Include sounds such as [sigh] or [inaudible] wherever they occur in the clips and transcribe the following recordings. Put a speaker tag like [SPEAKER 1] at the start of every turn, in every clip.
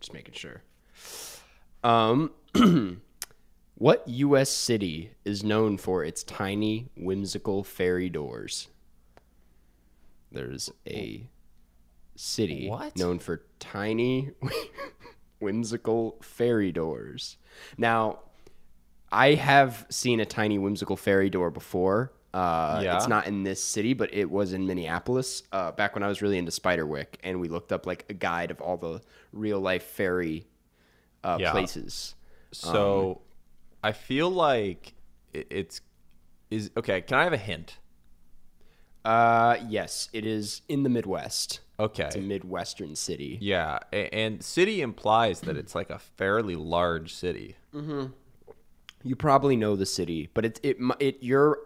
[SPEAKER 1] Just making sure. Um, [clears throat] what U.S. city is known for its tiny, whimsical fairy doors? There's a city
[SPEAKER 2] What?
[SPEAKER 1] known for tiny, [laughs] whimsical fairy doors. Now, I have seen a tiny, whimsical fairy door before. Uh,
[SPEAKER 2] Yeah.
[SPEAKER 1] It's not in this city, but it was in Minneapolis uh, back when I was really into Spiderwick, and we looked up like a guide of all the real life fairy uh,
[SPEAKER 2] Yeah.
[SPEAKER 1] places.
[SPEAKER 2] So I feel like i- it's is okay. Can I have a hint?
[SPEAKER 1] Uh, yes, it is in the Midwest.
[SPEAKER 2] Okay.
[SPEAKER 1] It's a midwestern city.
[SPEAKER 2] yeah, a- and city implies that it's like a fairly large city.
[SPEAKER 1] You probably know the city, but it it mi- it you're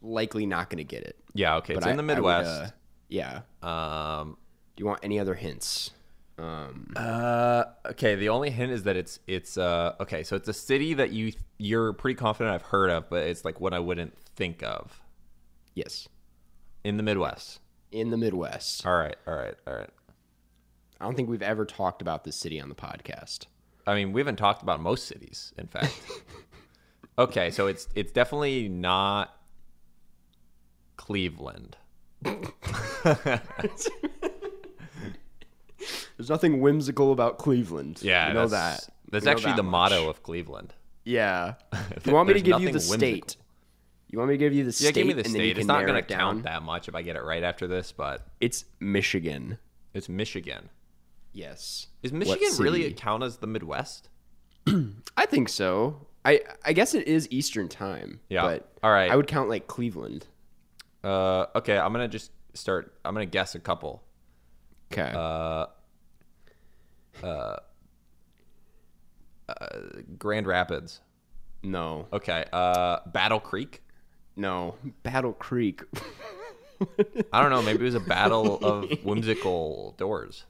[SPEAKER 1] likely not going to get it.
[SPEAKER 2] Yeah, okay.
[SPEAKER 1] But
[SPEAKER 2] it's in the
[SPEAKER 1] I- I would,
[SPEAKER 2] Midwest.
[SPEAKER 1] uh, yeah.
[SPEAKER 2] um
[SPEAKER 1] Do you want any other hints? Um,
[SPEAKER 2] uh okay, the only hint is that it's it's uh okay, so it's a city that you you're pretty confident I've heard of, but it's like one I wouldn't think of
[SPEAKER 1] Yes.
[SPEAKER 2] in the Midwest.
[SPEAKER 1] In the Midwest.
[SPEAKER 2] All right, all right, all right.
[SPEAKER 1] I don't think we've ever talked about this city on the [laughs] podcast.
[SPEAKER 2] I mean, we haven't talked about most cities,
[SPEAKER 1] [laughs]
[SPEAKER 2] in fact. okay, so it's it's definitely not Cleveland.
[SPEAKER 1] [laughs] There's nothing whimsical about Cleveland.
[SPEAKER 2] Yeah,
[SPEAKER 1] you know
[SPEAKER 2] that's,
[SPEAKER 1] that.
[SPEAKER 2] That's
[SPEAKER 1] You know
[SPEAKER 2] actually
[SPEAKER 1] that
[SPEAKER 2] the
[SPEAKER 1] much.
[SPEAKER 2] motto of Cleveland. [laughs]
[SPEAKER 1] Yeah. [laughs] you want me to give
[SPEAKER 2] There's
[SPEAKER 1] you
[SPEAKER 2] nothing
[SPEAKER 1] the
[SPEAKER 2] whimsical.
[SPEAKER 1] state? You want me to give you the
[SPEAKER 2] Yeah,
[SPEAKER 1] state?
[SPEAKER 2] give me the
[SPEAKER 1] and then you
[SPEAKER 2] state.
[SPEAKER 1] can
[SPEAKER 2] It's not
[SPEAKER 1] narrow
[SPEAKER 2] going to
[SPEAKER 1] it down.
[SPEAKER 2] count that much if I get it right after this, but
[SPEAKER 1] It's Michigan.
[SPEAKER 2] it's Michigan.
[SPEAKER 1] Yes.
[SPEAKER 2] Is
[SPEAKER 1] What
[SPEAKER 2] Michigan really
[SPEAKER 1] city?
[SPEAKER 2] a count as the Midwest?
[SPEAKER 1] I think so. I I guess it is Eastern time.
[SPEAKER 2] Yeah.
[SPEAKER 1] But
[SPEAKER 2] All right.
[SPEAKER 1] I would count like Cleveland.
[SPEAKER 2] Uh, okay, I'm going to just start. I'm going to guess a couple.
[SPEAKER 1] Okay.
[SPEAKER 2] Uh, uh, Grand Rapids.
[SPEAKER 1] no.
[SPEAKER 2] Okay. Uh, Battle Creek.
[SPEAKER 1] No. Battle Creek. [laughs]
[SPEAKER 2] I don't know. Maybe it was a battle of whimsical doors.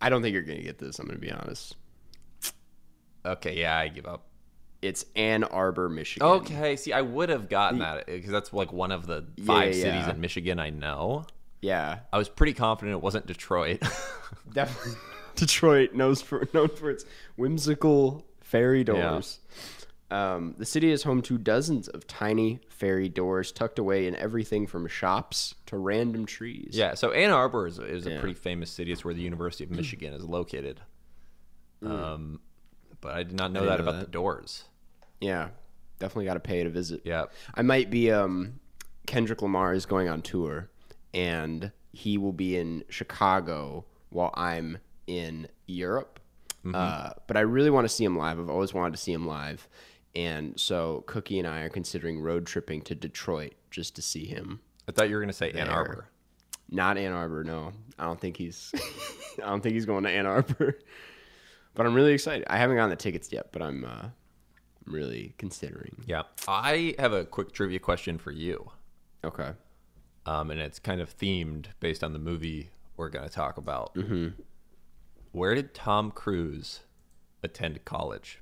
[SPEAKER 1] I don't think you're gonna get this. I'm gonna be honest.
[SPEAKER 2] Okay, yeah, I give up.
[SPEAKER 1] It's Ann Arbor, Michigan.
[SPEAKER 2] Okay, see, I would have gotten that because that's like one of the
[SPEAKER 1] Yeah,
[SPEAKER 2] five
[SPEAKER 1] yeah,
[SPEAKER 2] cities
[SPEAKER 1] yeah.
[SPEAKER 2] in Michigan I know.
[SPEAKER 1] Yeah.
[SPEAKER 2] I was pretty confident it wasn't Detroit. [laughs]
[SPEAKER 1] Definitely. [laughs] Detroit knows for known for its whimsical fairy doors. Um, the city is home to dozens of tiny fairy doors tucked away in everything from shops to random trees.
[SPEAKER 2] yeah, so Ann Arbor is, is a pretty famous city. It's where the University
[SPEAKER 1] Hmm.
[SPEAKER 2] of Michigan is located. Um, but I did not know that
[SPEAKER 1] know
[SPEAKER 2] about
[SPEAKER 1] that.
[SPEAKER 2] the doors.
[SPEAKER 1] Yeah. Definitely got to pay it a visit.
[SPEAKER 2] Yeah.
[SPEAKER 1] I might be um Kendrick Lamar is going on tour and he will be in Chicago while I'm in Europe. Uh, but I really want to see him live. I've always wanted to see him live. And so Cookie and I are considering road tripping to Detroit just to see him.
[SPEAKER 2] I thought you were going to say Ann Arbor.
[SPEAKER 1] Not Ann Arbor, no. I don't think he's [laughs] I don't think he's going to Ann Arbor. [laughs] But I'm really excited. I haven't gotten the tickets yet, but I'm uh, I'm really considering.
[SPEAKER 2] Yeah. I have a quick trivia question for you.
[SPEAKER 1] Okay.
[SPEAKER 2] um, and it's kind of themed based on the movie we're going to talk about.
[SPEAKER 1] Mm-hmm.
[SPEAKER 2] Where did Tom Cruise attend college?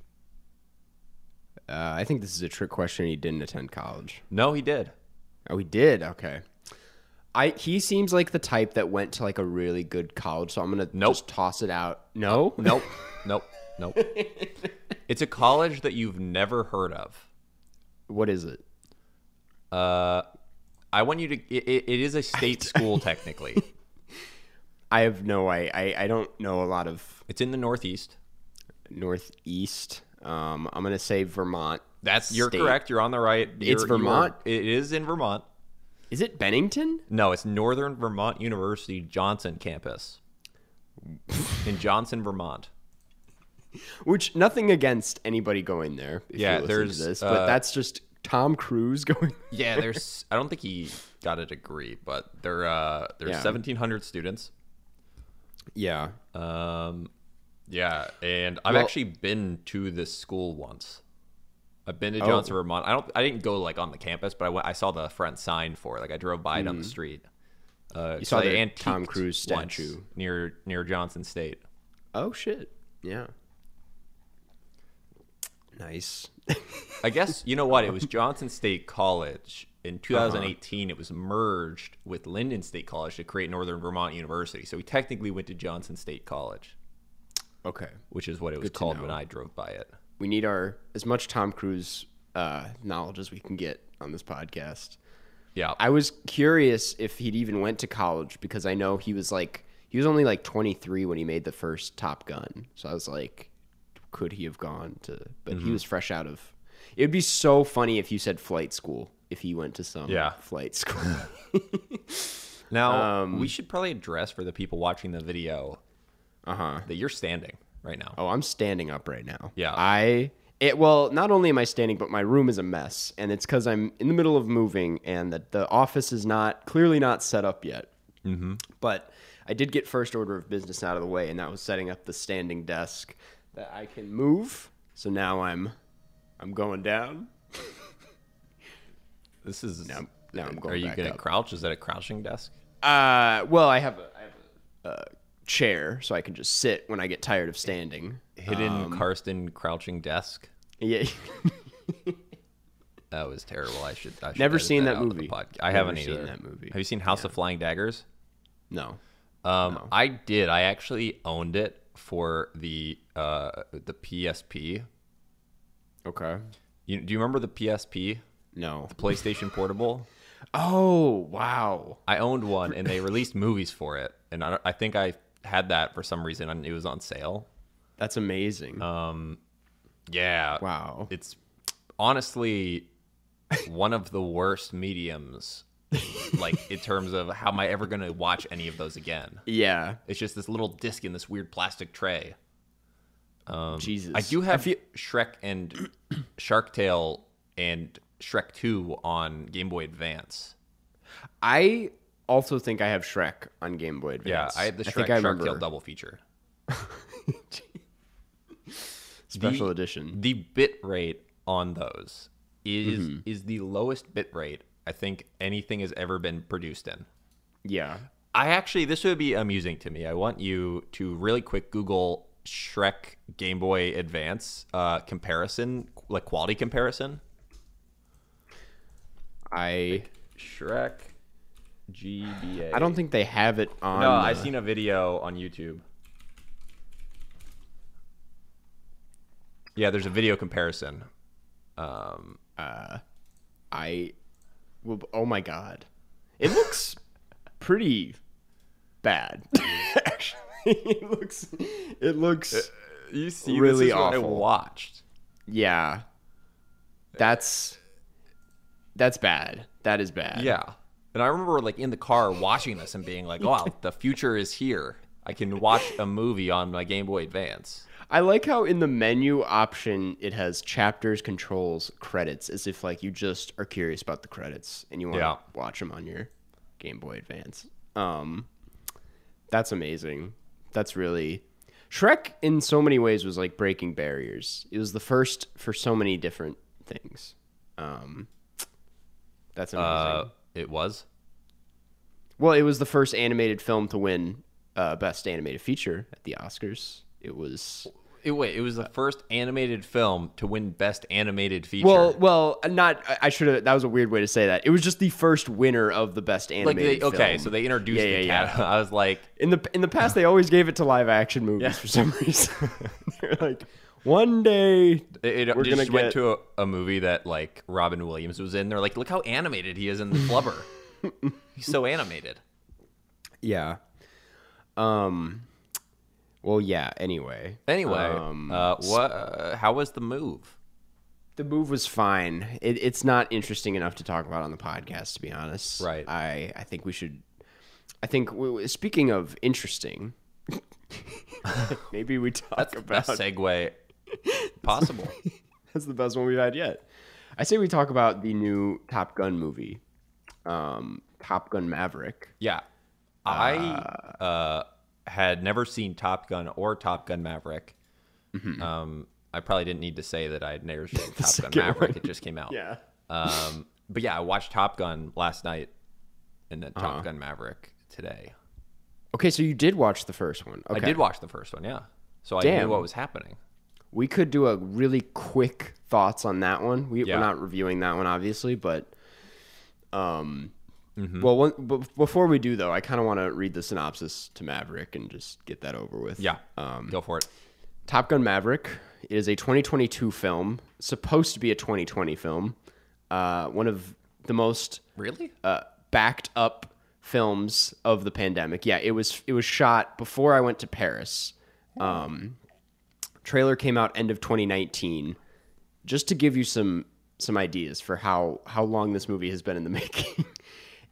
[SPEAKER 1] Uh, I think this is a trick question. He didn't attend college.
[SPEAKER 2] No, he did.
[SPEAKER 1] Oh, he did. Okay. I he seems like the type that went to like a really good college, so I'm gonna
[SPEAKER 2] Nope. Uh,
[SPEAKER 1] just toss it out. No,
[SPEAKER 2] Nope, nope, nope. It's a college that you've never heard of.
[SPEAKER 1] [laughs]
[SPEAKER 2] Uh,
[SPEAKER 1] What is it?
[SPEAKER 2] I want you to. It, it- it is
[SPEAKER 1] [laughs]
[SPEAKER 2] a state school technically.
[SPEAKER 1] I have no. I, I I don't know a lot of
[SPEAKER 2] It's in the Northeast.
[SPEAKER 1] Northeast. Um, I'm gonna say Vermont.
[SPEAKER 2] That's you're
[SPEAKER 1] State.
[SPEAKER 2] correct. You're on the right. You're- you are-
[SPEAKER 1] Vermont?
[SPEAKER 2] it is in Vermont.
[SPEAKER 1] Is it Bennington?
[SPEAKER 2] No, it's Northern Vermont University Johnson campus in Johnson, Vermont.
[SPEAKER 1] Which nothing against anybody going there. If
[SPEAKER 2] Yeah,
[SPEAKER 1] you listen to
[SPEAKER 2] there's,
[SPEAKER 1] this, but
[SPEAKER 2] uh,
[SPEAKER 1] that's just Tom Cruise [laughs] going.
[SPEAKER 2] Yeah, there's. [laughs] I don't think he got a degree, but there uh, there's
[SPEAKER 1] Yeah.
[SPEAKER 2] 1,700 students.
[SPEAKER 1] Yeah,
[SPEAKER 2] Um, yeah, and I've
[SPEAKER 1] Well-
[SPEAKER 2] actually been to this school once. I've been to
[SPEAKER 1] Oh.
[SPEAKER 2] Johnson, Vermont. I don't. I didn't go like on the campus, but I went. I saw the front sign for it. Like I drove by it on the street. Uh, you
[SPEAKER 1] Mm-hmm. saw the Tom Cruise statue.
[SPEAKER 2] near near Johnson State.
[SPEAKER 1] Oh shit. Yeah. Nice. [laughs]
[SPEAKER 2] I guess you know what it was. Johnson State College
[SPEAKER 1] Uh-huh.
[SPEAKER 2] in 2018. It was merged with Linden State College to create Northern Vermont University. So we technically went to Johnson State College,
[SPEAKER 1] okay.
[SPEAKER 2] which is what it was called when I drove by it.
[SPEAKER 1] We need our as much Tom Cruise uh, knowledge as we can get on this podcast.
[SPEAKER 2] Yeah,
[SPEAKER 1] I was curious if he'd even went to college because I know he was like he was only like 23 when he made the first Top Gun. So I was like could he have gone to but he was fresh out of It would be so funny if you said flight school if he went to some
[SPEAKER 2] Yeah.
[SPEAKER 1] flight school. [laughs]
[SPEAKER 2] Now
[SPEAKER 1] Um,
[SPEAKER 2] we should probably address for the people watching the video
[SPEAKER 1] uh-huh.
[SPEAKER 2] that you're standing right now.
[SPEAKER 1] Oh, I'm standing up right now.
[SPEAKER 2] Yeah.
[SPEAKER 1] I it well, not only am I standing, but my room is a mess, and it's because I'm in the middle of moving, and that the office is not clearly not set up yet. Mm-hmm. But I did get first order of business out of the way, and that was setting up the standing desk that I can move. So now I'm I'm going down.
[SPEAKER 2] This is
[SPEAKER 1] Now, now I'm going.
[SPEAKER 2] Are you
[SPEAKER 1] back
[SPEAKER 2] gonna
[SPEAKER 1] up.
[SPEAKER 2] crouch? Is that a crouching desk?
[SPEAKER 1] Uh, well, I have a I have a, uh chair, so I can just sit when I get tired of standing. Uh,
[SPEAKER 2] Hidden
[SPEAKER 1] Um,
[SPEAKER 2] Karsten crouching desk.
[SPEAKER 1] Yeah. [laughs]
[SPEAKER 2] That was terrible. I should. I should
[SPEAKER 1] Never
[SPEAKER 2] edit
[SPEAKER 1] seen that
[SPEAKER 2] out of the
[SPEAKER 1] movie.
[SPEAKER 2] podca- I
[SPEAKER 1] Never
[SPEAKER 2] haven't
[SPEAKER 1] seen
[SPEAKER 2] either.
[SPEAKER 1] that movie.
[SPEAKER 2] Have you seen House of Flying Daggers?
[SPEAKER 1] no.
[SPEAKER 2] Um, I did. I actually owned it for the uh, the PSP.
[SPEAKER 1] Okay.
[SPEAKER 2] You, do you remember the PSP,
[SPEAKER 1] No. [laughs]
[SPEAKER 2] PlayStation Portable?
[SPEAKER 1] Oh wow!
[SPEAKER 2] I owned one, and they released movies for it. And I, don't- I think I had that for some reason. and It was on sale.
[SPEAKER 1] That's amazing.
[SPEAKER 2] Uh, Yeah.
[SPEAKER 1] wow.
[SPEAKER 2] It's honestly one of the worst mediums, like in terms of how am I ever going to watch any of those again?
[SPEAKER 1] yeah.
[SPEAKER 2] It's just this little disc in this weird plastic tray.
[SPEAKER 1] Jesus.
[SPEAKER 2] Um, I do have Shrek [clears throat] and Shark Tale and Shrek 2 on Game Boy Advance.
[SPEAKER 1] I also think I have Shrek on Game Boy Advance.
[SPEAKER 2] I had the Shrek
[SPEAKER 1] think
[SPEAKER 2] Shark
[SPEAKER 1] [laughs]
[SPEAKER 2] Tale double feature.
[SPEAKER 1] special
[SPEAKER 2] The-
[SPEAKER 1] edition.
[SPEAKER 2] The bit rate on those is is the lowest bit rate I think anything has ever been produced in.
[SPEAKER 1] Yeah.
[SPEAKER 2] I actually, this would be amusing to me. I want you to really quick Google Shrek Game Boy Advance uh, comparison, like quality comparison.
[SPEAKER 1] I
[SPEAKER 2] Shrek GBA.
[SPEAKER 1] I don't think they have it on. uh,
[SPEAKER 2] No,
[SPEAKER 1] the-
[SPEAKER 2] I've seen a video on YouTube. Yeah, there's a video comparison. Um,
[SPEAKER 1] I. Well, oh my god, it looks [laughs] pretty bad. [laughs] Actually, it looks. It looks.
[SPEAKER 2] you see,
[SPEAKER 1] Really
[SPEAKER 2] this is what I
[SPEAKER 1] awful.
[SPEAKER 2] watched.
[SPEAKER 1] Yeah. That's. That's bad. That is bad.
[SPEAKER 2] Yeah, and I remember like in the car watching this and being like, "Wow, the future is here! I can watch a movie on my Game Boy Advance."
[SPEAKER 1] I like how in the menu option it has chapters, controls, credits, as if like you just are curious about the credits and you want
[SPEAKER 2] Yeah.
[SPEAKER 1] to watch them on your Game Boy Advance. Um, that's amazing. That's really Shrek. In so many ways, was like breaking barriers. It was the first for so many different things. Um, that's amazing.
[SPEAKER 2] Uh, it was.
[SPEAKER 1] Well, it was the first animated film to win uh, Best Animated Feature at the Oscars. It was
[SPEAKER 2] It, wait, it was the first animated film to win Best Animated Feature.
[SPEAKER 1] Well, well, not. I- I should have. That was a weird way to say that. It was just the first winner of the best
[SPEAKER 2] like
[SPEAKER 1] animated.
[SPEAKER 2] they, okay,
[SPEAKER 1] film.
[SPEAKER 2] so they introduced
[SPEAKER 1] Yeah,
[SPEAKER 2] the
[SPEAKER 1] yeah,
[SPEAKER 2] cat. [laughs] I was like,
[SPEAKER 1] in the in the past they always gave it to live action movies for some [laughs] reason. They're like, one day.
[SPEAKER 2] It, it
[SPEAKER 1] We're
[SPEAKER 2] just
[SPEAKER 1] gonna
[SPEAKER 2] went
[SPEAKER 1] get-
[SPEAKER 2] to a, a movie that like Robin Williams was in. They're like, look how animated he is in the
[SPEAKER 1] [laughs]
[SPEAKER 2] flubber. He's so animated.
[SPEAKER 1] Yeah. Um. Well, yeah. Anyway,
[SPEAKER 2] Anyway,
[SPEAKER 1] Um,
[SPEAKER 2] uh, what? Uh, how was the move?
[SPEAKER 1] the move was fine. It, it's not interesting enough to talk about on the podcast, to be honest.
[SPEAKER 2] Right.
[SPEAKER 1] I I think we should. I think we, speaking of interesting, [laughs] maybe we talk
[SPEAKER 2] That's the
[SPEAKER 1] about [laughs]
[SPEAKER 2] best segue possible.
[SPEAKER 1] That's the best one we've had yet. I say we talk about the new Top Gun movie, um, Top Gun Maverick.
[SPEAKER 2] yeah, I
[SPEAKER 1] Mm-hmm.
[SPEAKER 2] uh, had never seen Top Gun or Top Gun Maverick. Um, I probably didn't need to say that I had
[SPEAKER 1] [laughs]
[SPEAKER 2] never seen Top Gun Maverick. It just came out.
[SPEAKER 1] Yeah.
[SPEAKER 2] Um, but yeah, I watched Top Gun last night, and then
[SPEAKER 1] Uh-huh.
[SPEAKER 2] Top Gun Maverick today.
[SPEAKER 1] Okay, so you did watch the first one. Okay.
[SPEAKER 2] I did watch the first one, yeah. So I
[SPEAKER 1] Damn.
[SPEAKER 2] knew what was happening.
[SPEAKER 1] We could do a really quick thoughts on that one. We,
[SPEAKER 2] Yeah.
[SPEAKER 1] We're not reviewing that one, obviously, but um,
[SPEAKER 2] Mm-hmm.
[SPEAKER 1] well, one, but before we do though, I kind of want to read the synopsis to Maverick and just get that over with.
[SPEAKER 2] Yeah.
[SPEAKER 1] Um,
[SPEAKER 2] Go for it.
[SPEAKER 1] Top Gun Maverick is a 2022 film, supposed to be a 2020 film. Uh, one of the most
[SPEAKER 2] Really?
[SPEAKER 1] uh, backed up films of the pandemic. Yeah, it was it was shot before I went to Paris. Um, trailer came out end of 2019. Just to give you some some ideas for how how long this movie has been in the [laughs] making.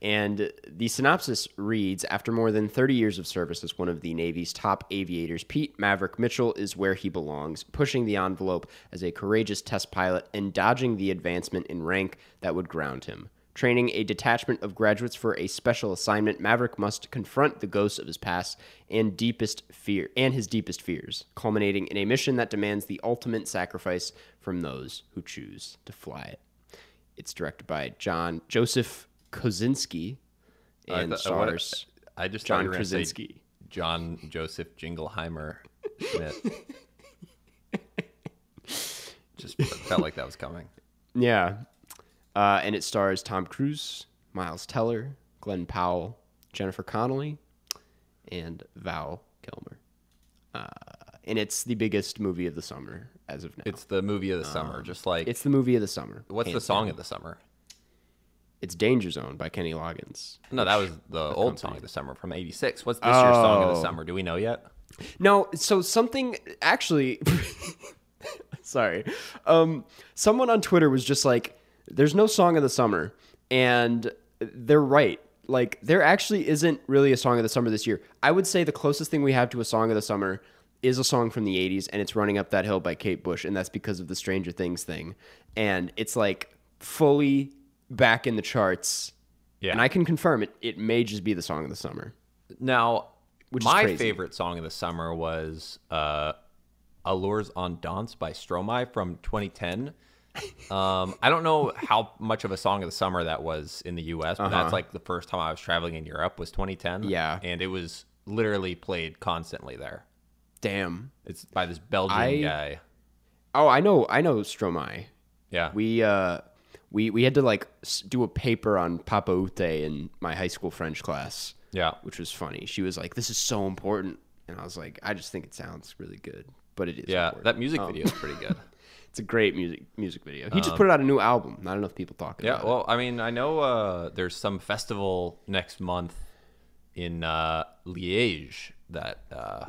[SPEAKER 1] And the synopsis reads After more than 30 years of service as one of the Navy's top aviators, Pete Maverick Mitchell is where he belongs, pushing the envelope as a courageous test pilot and dodging the advancement in rank that would ground him. Training a detachment of graduates for a special assignment, Maverick must confront the ghosts of his past and deepest fear and his deepest fears, culminating in a mission that demands the ultimate sacrifice from those who choose to fly it. It's directed by John Joseph Kosinski
[SPEAKER 2] Oh, I
[SPEAKER 1] and
[SPEAKER 2] thought- I wanna-
[SPEAKER 1] stars
[SPEAKER 2] I just thought
[SPEAKER 1] John
[SPEAKER 2] you were gonna say
[SPEAKER 1] Krasinski.
[SPEAKER 2] John Joseph Jingleheimer
[SPEAKER 1] [laughs]
[SPEAKER 2] Schmidt. just felt like that was coming.
[SPEAKER 1] Yeah. Uh, and it stars Tom Cruise, Miles Teller, Glenn Powell, Jennifer Connelly, and Val Kilmer. Uh, and it's the biggest movie of the summer as of now. It's,
[SPEAKER 2] It's the movie of the summer.
[SPEAKER 1] Um,
[SPEAKER 2] Just like
[SPEAKER 1] the movie of the summer.
[SPEAKER 2] what's the
[SPEAKER 1] Hands
[SPEAKER 2] song
[SPEAKER 1] down.
[SPEAKER 2] of the summer?
[SPEAKER 1] It's Danger Zone by Kenny Loggins.
[SPEAKER 2] No, that was the old song of the summer from '86. What's this year's song of the
[SPEAKER 1] Oh.
[SPEAKER 2] summer? Do we know yet?
[SPEAKER 1] No, so something actually [laughs] sorry. Um someone on Twitter was just like there's no song of the summer and they're right. Like there actually isn't really a song of the summer this year. I would say the closest thing we have to a song of the summer is a song from the 80s and it's Running Up That Hill by Kate Bush and that's because of the Stranger Things thing. And it's like fully back in the charts.
[SPEAKER 2] Yeah.
[SPEAKER 1] And I can confirm it it may just be the song of the summer.
[SPEAKER 2] Now,
[SPEAKER 1] is
[SPEAKER 2] my
[SPEAKER 1] crazy.
[SPEAKER 2] favorite song of the summer was uh, "Allures on Dance" by Stromae from 2010. Um, I don't know how much of a song of the summer that was in the U.S., but that's like the first time I was traveling in Europe was 2010.
[SPEAKER 1] Uh-huh. Yeah.
[SPEAKER 2] and it was literally played constantly there.
[SPEAKER 1] Damn.
[SPEAKER 2] It's by this Belgian
[SPEAKER 1] I-
[SPEAKER 2] guy.
[SPEAKER 1] Oh, I know I know Stromae.
[SPEAKER 2] Yeah,
[SPEAKER 1] we uh we we had to like s- do a paper on Papa Ute in my high school French class,
[SPEAKER 2] yeah.
[SPEAKER 1] which was funny. She was like, "This is so important," and I was like, "I just think it sounds really good." But it Um, is.
[SPEAKER 2] Yeah,
[SPEAKER 1] important.
[SPEAKER 2] that music video is pretty
[SPEAKER 1] [laughs]
[SPEAKER 2] good.
[SPEAKER 1] it's a great music music video. He just put out a new album. Not enough people talking.
[SPEAKER 2] Uh-huh. Yeah,
[SPEAKER 1] about
[SPEAKER 2] well, I mean, I know uh, there's some festival next month in uh, Liège that uh,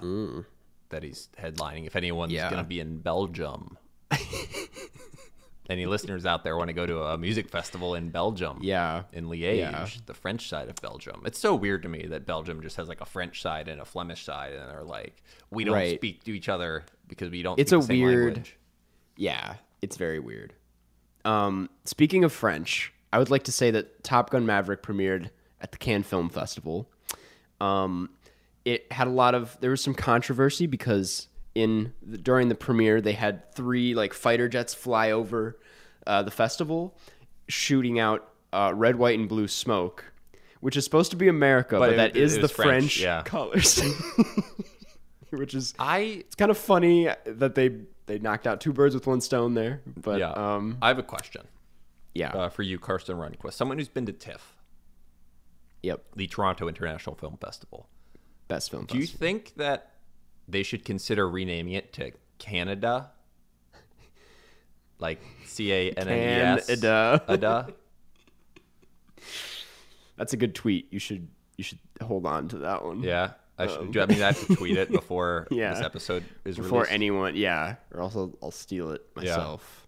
[SPEAKER 2] that he's headlining. If anyone's
[SPEAKER 1] Mm. Yeah.
[SPEAKER 2] going to be in
[SPEAKER 1] [laughs]
[SPEAKER 2] Belgium, any listeners out there want to go to a music festival in Belgium?
[SPEAKER 1] it. yeah,
[SPEAKER 2] in Liège,
[SPEAKER 1] Yeah.
[SPEAKER 2] the French side of Belgium. It's so weird to me that Belgium just has like a French side and a Flemish side, and they're like, we don't
[SPEAKER 1] Right.
[SPEAKER 2] speak to each other because we don't.
[SPEAKER 1] It's
[SPEAKER 2] speak
[SPEAKER 1] a
[SPEAKER 2] the same
[SPEAKER 1] weird-
[SPEAKER 2] language.
[SPEAKER 1] yeah. It's very weird. Um, speaking of French, I would like to say that Top Gun Maverick premiered at the Cannes Film Festival. Um, it had a lot of there was some controversy because in the, during the premiere they had three like fighter jets fly over uh, the festival, shooting out uh, red, white, and blue smoke, which is supposed to be America, but,
[SPEAKER 2] it-
[SPEAKER 1] that is
[SPEAKER 2] it
[SPEAKER 1] the
[SPEAKER 2] was French,
[SPEAKER 1] French,
[SPEAKER 2] yeah.
[SPEAKER 1] [laughs] colors, which is
[SPEAKER 2] I
[SPEAKER 1] it's kind of funny that they they knocked out two birds with one stone there. But
[SPEAKER 2] yeah.
[SPEAKER 1] um,
[SPEAKER 2] I have a question.
[SPEAKER 1] yeah,
[SPEAKER 2] uh, for you, Karsten Runquist, someone who's been to TIFF,
[SPEAKER 1] yep,
[SPEAKER 2] the Toronto International Film Festival.
[SPEAKER 1] best film.
[SPEAKER 2] Do you
[SPEAKER 1] festival.
[SPEAKER 2] think that they should consider renaming it to [laughs] Canada? Like C A N N E S.
[SPEAKER 1] Canada.
[SPEAKER 2] Ada.
[SPEAKER 1] That's a good tweet. You should you should hold on to that one.
[SPEAKER 2] Yeah. I should, do I mean I have to tweet it before
[SPEAKER 1] Um. [laughs] Yeah.
[SPEAKER 2] this episode is
[SPEAKER 1] Before
[SPEAKER 2] released?
[SPEAKER 1] anyone, yeah, or else I'll, I'll steal it myself.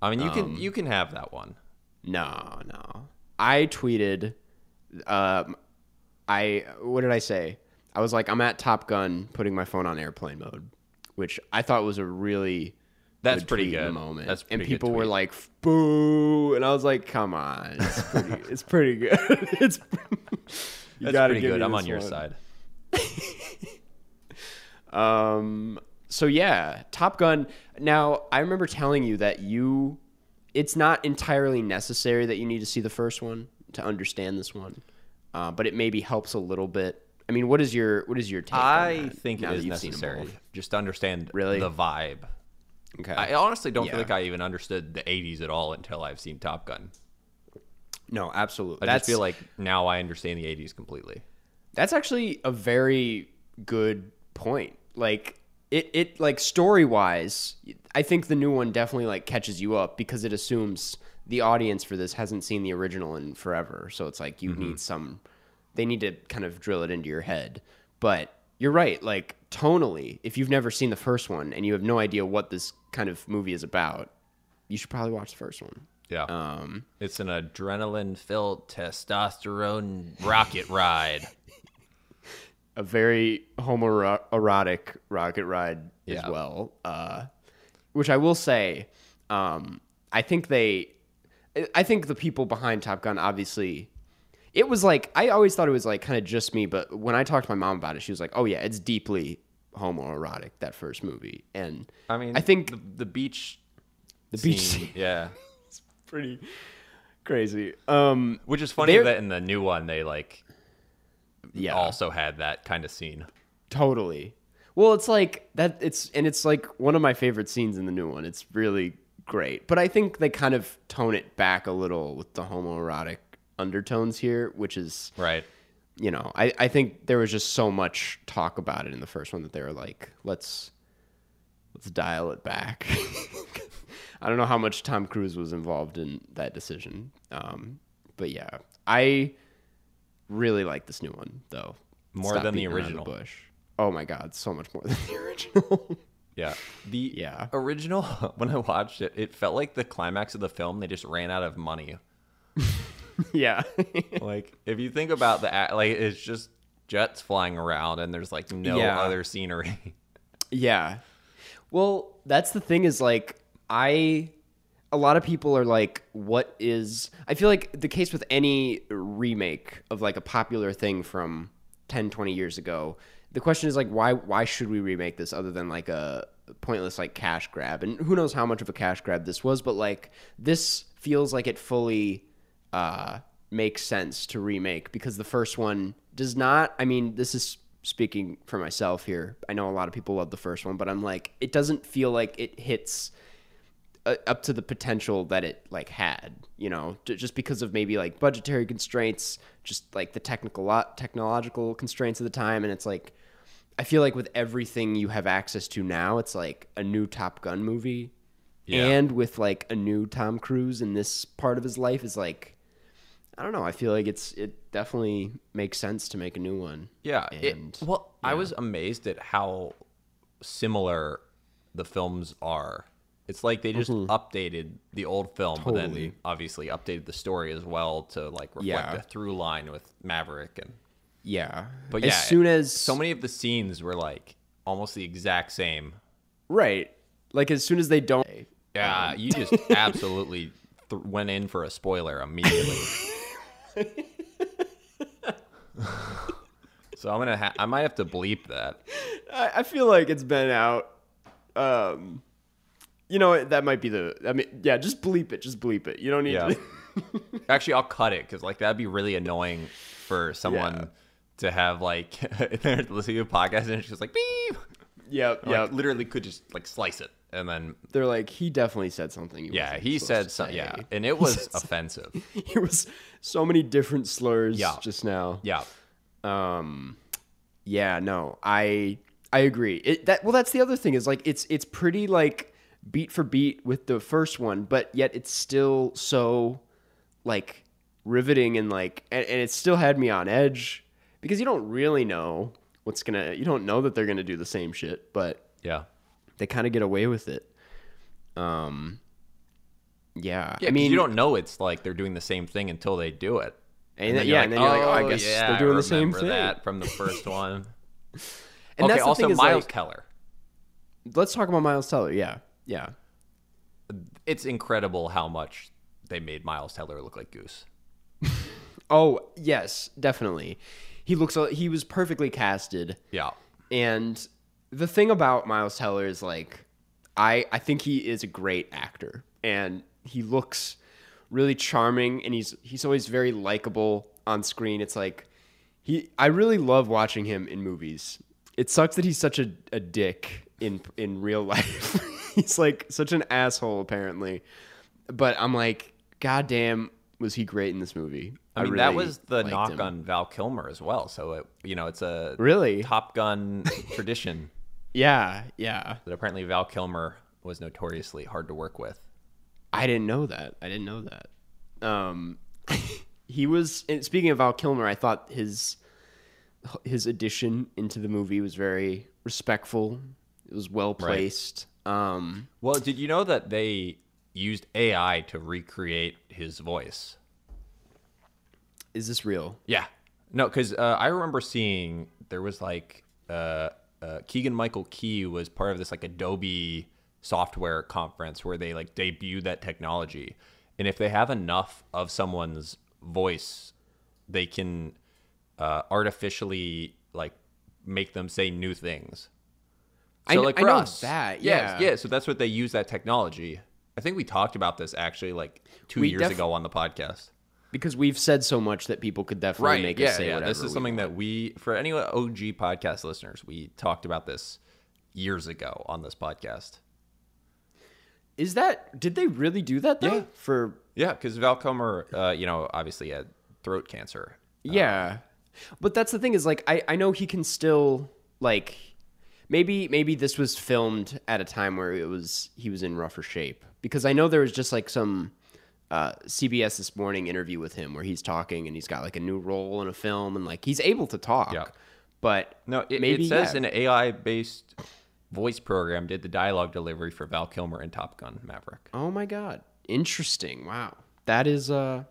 [SPEAKER 2] I mean, you
[SPEAKER 1] um,
[SPEAKER 2] can you can have that one.
[SPEAKER 1] No, no. I tweeted, um, I what did I say? I was like, I'm at Top Gun, putting my phone on airplane mode, which I thought was a really
[SPEAKER 2] That's
[SPEAKER 1] good
[SPEAKER 2] pretty
[SPEAKER 1] tweet in the
[SPEAKER 2] good.
[SPEAKER 1] moment.
[SPEAKER 2] That's
[SPEAKER 1] and
[SPEAKER 2] pretty good
[SPEAKER 1] people were
[SPEAKER 2] tweet.
[SPEAKER 1] like, "Boo!" And I was like, "Come on, it's pretty,
[SPEAKER 2] [laughs]
[SPEAKER 1] it's pretty good. [laughs] it's you
[SPEAKER 2] That's
[SPEAKER 1] gotta
[SPEAKER 2] pretty
[SPEAKER 1] give
[SPEAKER 2] good.
[SPEAKER 1] me
[SPEAKER 2] I'm
[SPEAKER 1] this
[SPEAKER 2] on your
[SPEAKER 1] one.
[SPEAKER 2] side.
[SPEAKER 1] Um, so yeah, Top Gun. Now I remember telling you that you, it's not entirely necessary that you need to see the first one to understand this one, uh, but it maybe helps a little bit. I mean, what is your what is your take? on
[SPEAKER 2] I
[SPEAKER 1] that,
[SPEAKER 2] think it
[SPEAKER 1] now that
[SPEAKER 2] is
[SPEAKER 1] you've seen 'em
[SPEAKER 2] necessary
[SPEAKER 1] all?
[SPEAKER 2] just to understand
[SPEAKER 1] Really?
[SPEAKER 2] the vibe.
[SPEAKER 1] Okay.
[SPEAKER 2] I honestly don't feel
[SPEAKER 1] Yeah.
[SPEAKER 2] like I even understood the '80s at all until I've seen Top Gun.
[SPEAKER 1] no, absolutely.
[SPEAKER 2] I
[SPEAKER 1] That's
[SPEAKER 2] just feel like now I understand the '80s completely.
[SPEAKER 1] That's actually a very good point. Like it, it like story wise, I think the new one definitely like catches you up because it assumes the audience for this hasn't seen the original in forever. So it's like you need some, they need to kind of drill it into your head. But you're right. Like tonally, if you've never seen the first one and you have no idea what this kind of movie is about, you should probably watch the first one.
[SPEAKER 2] Yeah, it's an adrenaline-filled testosterone rocket ride.
[SPEAKER 1] a very homoerotic rocket ride as
[SPEAKER 2] Yeah.
[SPEAKER 1] well. Uh, which I will say, um, I think they, I- I think the people behind Top Gun obviously, it was like I always thought it was like kind of just me, but when I talked to my mom about it, she was like, "Oh yeah, it's deeply homoerotic that first movie," and
[SPEAKER 2] [laughs] I mean,
[SPEAKER 1] I think
[SPEAKER 2] the, the beach, the
[SPEAKER 1] beach
[SPEAKER 2] yeah.
[SPEAKER 1] pretty crazy. Um,
[SPEAKER 2] Which is funny
[SPEAKER 1] They're-
[SPEAKER 2] that in the new one they like
[SPEAKER 1] yeah,
[SPEAKER 2] also had that kind of scene.
[SPEAKER 1] Totally. Well, it's like that. It's and it's like one of my favorite scenes in the new one. It's really great, but I think they kind of tone it back a little with the homoerotic undertones here, which is
[SPEAKER 2] Right.
[SPEAKER 1] you know I I think there was just so much talk about it in the first one that they were like let's let's dial it back. [laughs] I don't know how much Tom Cruise was involved in that decision, um, but yeah, I really like this new one though.
[SPEAKER 2] More than the
[SPEAKER 1] beating around
[SPEAKER 2] original.
[SPEAKER 1] bush. Oh my god, so much more than the [laughs] original.
[SPEAKER 2] Yeah. The
[SPEAKER 1] Yeah.
[SPEAKER 2] original [laughs] when I watched it, it felt like the climax of the film they just ran out of money.
[SPEAKER 1] [laughs] yeah, [laughs]
[SPEAKER 2] Like if you think about the act, like it's just jets flying around and there's like no
[SPEAKER 1] Yeah.
[SPEAKER 2] other scenery.
[SPEAKER 1] yeah. Well, that's the thing is like I a lot of people are like what is I feel like the case with any remake of like a popular thing from 10 20 years ago the question is like why why should we remake this other than like a pointless like cash grab and who knows how much of a cash grab this was but like this feels like it fully uh makes sense to remake because the first one does not I mean this is speaking for myself here I know a lot of people love the first one but I'm like it doesn't feel like it hits uh, up to the potential that it like had you know j- just because of maybe like budgetary constraints just like the technical lot technological constraints of the time and it's like i feel like with everything you have access to now it's like a new top gun movie
[SPEAKER 2] Yeah.
[SPEAKER 1] and with like a new tom cruise in this part of his life is like i don't know i feel like it's it definitely makes sense to make a new one
[SPEAKER 2] [laughs] Yeah. it-
[SPEAKER 1] And-
[SPEAKER 2] well, I was amazed at how similar the films are. It's like they just updated the old film, but then
[SPEAKER 1] Mm-hmm. Totally.
[SPEAKER 2] obviously updated the story as well to like reflect
[SPEAKER 1] Yeah.
[SPEAKER 2] the through line with Maverick and.
[SPEAKER 1] yeah
[SPEAKER 2] But
[SPEAKER 1] as
[SPEAKER 2] yeah,
[SPEAKER 1] soon as
[SPEAKER 2] So many of the scenes were like almost the exact same.
[SPEAKER 1] right like as soon as they don't Um,
[SPEAKER 2] Yeah,
[SPEAKER 1] [laughs]
[SPEAKER 2] you just absolutely th- went in for a spoiler
[SPEAKER 1] [laughs]
[SPEAKER 2] immediately. so I'm gonna, ha- I might have to bleep that.
[SPEAKER 1] I, I feel like it's been out. Um, you know what, that might be the. I mean, yeah, just bleep it. Just bleep it. You don't need.
[SPEAKER 2] Yeah.
[SPEAKER 1] to. [laughs]
[SPEAKER 2] Actually, I'll cut it because like that'd be really annoying for someone
[SPEAKER 1] Yeah.
[SPEAKER 2] to have like [laughs] they're listening to a podcast and it's just like beep.
[SPEAKER 1] yep.
[SPEAKER 2] Yeah,
[SPEAKER 1] Yep.
[SPEAKER 2] like, literally could just like slice it and then
[SPEAKER 1] They're like, he definitely said something. he
[SPEAKER 2] yeah,
[SPEAKER 1] wasn't
[SPEAKER 2] he
[SPEAKER 1] supposed to
[SPEAKER 2] said something.
[SPEAKER 1] say." [laughs]
[SPEAKER 2] Yeah, and it was offensive.
[SPEAKER 1] It was so many different slurs.
[SPEAKER 2] Yeah.
[SPEAKER 1] Just now.
[SPEAKER 2] Yeah,
[SPEAKER 1] um yeah no i i agree it that well that's the other thing is like it's it's pretty like beat for beat with the first one but yet it's still so like riveting and like and, and it still had me on edge because you don't really know what's gonna you don't know that they're gonna do the same shit but
[SPEAKER 2] yeah.
[SPEAKER 1] they kind of get away with it um yeah, i
[SPEAKER 2] Yeah, 'cause
[SPEAKER 1] mean
[SPEAKER 2] you don't know it's like they're doing the same thing until they do it.
[SPEAKER 1] and, then- yeah and then you're like oh i guess
[SPEAKER 2] yeah,
[SPEAKER 1] they're
[SPEAKER 2] I
[SPEAKER 1] doing the same
[SPEAKER 2] remember
[SPEAKER 1] thing
[SPEAKER 2] that from the
[SPEAKER 1] [laughs]
[SPEAKER 2] first one.
[SPEAKER 1] and
[SPEAKER 2] okay,
[SPEAKER 1] that's the
[SPEAKER 2] also
[SPEAKER 1] thing is,
[SPEAKER 2] Miles
[SPEAKER 1] like,
[SPEAKER 2] Keller.
[SPEAKER 1] let's talk about miles teller yeah yeah
[SPEAKER 2] It's incredible how much they made Miles Teller look like Goose.
[SPEAKER 1] Oh yes, definitely. He looks. He was perfectly casted,
[SPEAKER 2] Yeah,
[SPEAKER 1] and the thing about Miles Teller is like I I think he is a great actor and he looks really charming and he's he's always very likable on screen. It's like he I really love watching him in movies. It sucks that he's such a, a dick in in real [laughs] life. he's like such an asshole apparently. But I'm like goddamn was he great in this movie.
[SPEAKER 2] I mean, that
[SPEAKER 1] really
[SPEAKER 2] was the
[SPEAKER 1] liked
[SPEAKER 2] knock
[SPEAKER 1] him.
[SPEAKER 2] on Val Kilmer as well. So it, you know, it's a
[SPEAKER 1] Really?
[SPEAKER 2] Top Gun [laughs] tradition
[SPEAKER 1] Yeah, yeah.
[SPEAKER 2] that apparently Val Kilmer was notoriously hard to work with.
[SPEAKER 1] I didn't know that. I didn't know that. Um, [laughs] he was. And speaking of Val Kilmer, I thought his his addition into the movie was very respectful. It was well placed. Um,
[SPEAKER 2] Well, did you know that they used AI to recreate his voice?
[SPEAKER 1] is this real?
[SPEAKER 2] Yeah. No, because uh, I remember seeing there was like uh, uh, Keegan Michael Key was part of this like Adobe software conference where they like debuted that technology. And if they have enough of someone's voice, they can uh, artificially like make them say new things.
[SPEAKER 1] I kn- I know that,
[SPEAKER 2] yes,
[SPEAKER 1] yeah.
[SPEAKER 2] yeah. So that's what they use that technology. I think we talked about this actually like two
[SPEAKER 1] We
[SPEAKER 2] years
[SPEAKER 1] def-
[SPEAKER 2] ago on the podcast
[SPEAKER 1] Because we've said so much that people could definitely make us say whatever.
[SPEAKER 2] this is
[SPEAKER 1] we-
[SPEAKER 2] something that we for any OG podcast listeners, we talked about this years ago on this podcast.
[SPEAKER 1] Is that? Did they really do that though?
[SPEAKER 2] Yeah.
[SPEAKER 1] For
[SPEAKER 2] Yeah, because Val Kilmer, uh, you know, obviously had throat cancer.
[SPEAKER 1] Yeah. But that's the thing is like I, I know he can still like maybe maybe this was filmed at a time where it was he was in rougher shape because I know there was just like some uh, CBS this morning interview with him where he's talking and he's got like a new role in a film and like he's able to talk.
[SPEAKER 2] Yeah.
[SPEAKER 1] But
[SPEAKER 2] No, it,
[SPEAKER 1] maybe
[SPEAKER 2] it says
[SPEAKER 1] yeah.
[SPEAKER 2] an AI-based voice program did the dialogue delivery for Val Kilmer in Top Gun Maverick.
[SPEAKER 1] Oh my god. Interesting. Wow. That is uh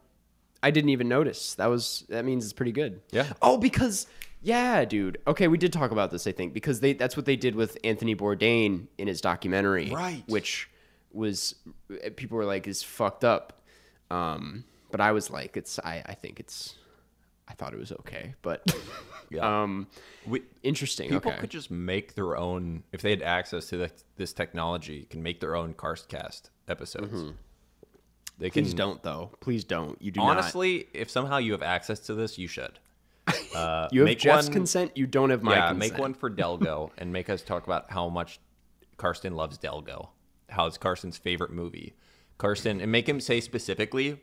[SPEAKER 1] I didn't even notice. That was that means it's pretty good.
[SPEAKER 2] Yeah.
[SPEAKER 1] Oh, because yeah, dude. Okay, we did talk about this, I think, because they that's what they did with Anthony Bourdain in his documentary.
[SPEAKER 2] Right.
[SPEAKER 1] Which was people were like, is fucked up. Um but I was like, it's I, I think it's I thought it was okay.
[SPEAKER 2] [laughs]
[SPEAKER 1] But
[SPEAKER 2] Yeah.
[SPEAKER 1] um
[SPEAKER 2] We,
[SPEAKER 1] interesting.
[SPEAKER 2] people
[SPEAKER 1] okay.
[SPEAKER 2] could just make their own if they had access to the, this technology, can make their own Karstcast episodes.
[SPEAKER 1] Mm-hmm.
[SPEAKER 2] They can
[SPEAKER 1] Please don't though. Please don't. You do Honestly,
[SPEAKER 2] Honestly, if somehow you have access to this, you should. Uh,
[SPEAKER 1] not. You have
[SPEAKER 2] make
[SPEAKER 1] Jeff's
[SPEAKER 2] one,
[SPEAKER 1] consent, you don't have my
[SPEAKER 2] Yeah,
[SPEAKER 1] consent.
[SPEAKER 2] make
[SPEAKER 1] [laughs]
[SPEAKER 2] one for Delgo and make us talk about how much Karsten loves Delgo. How it's Karsten's favorite movie. Karsten, and make him say specifically,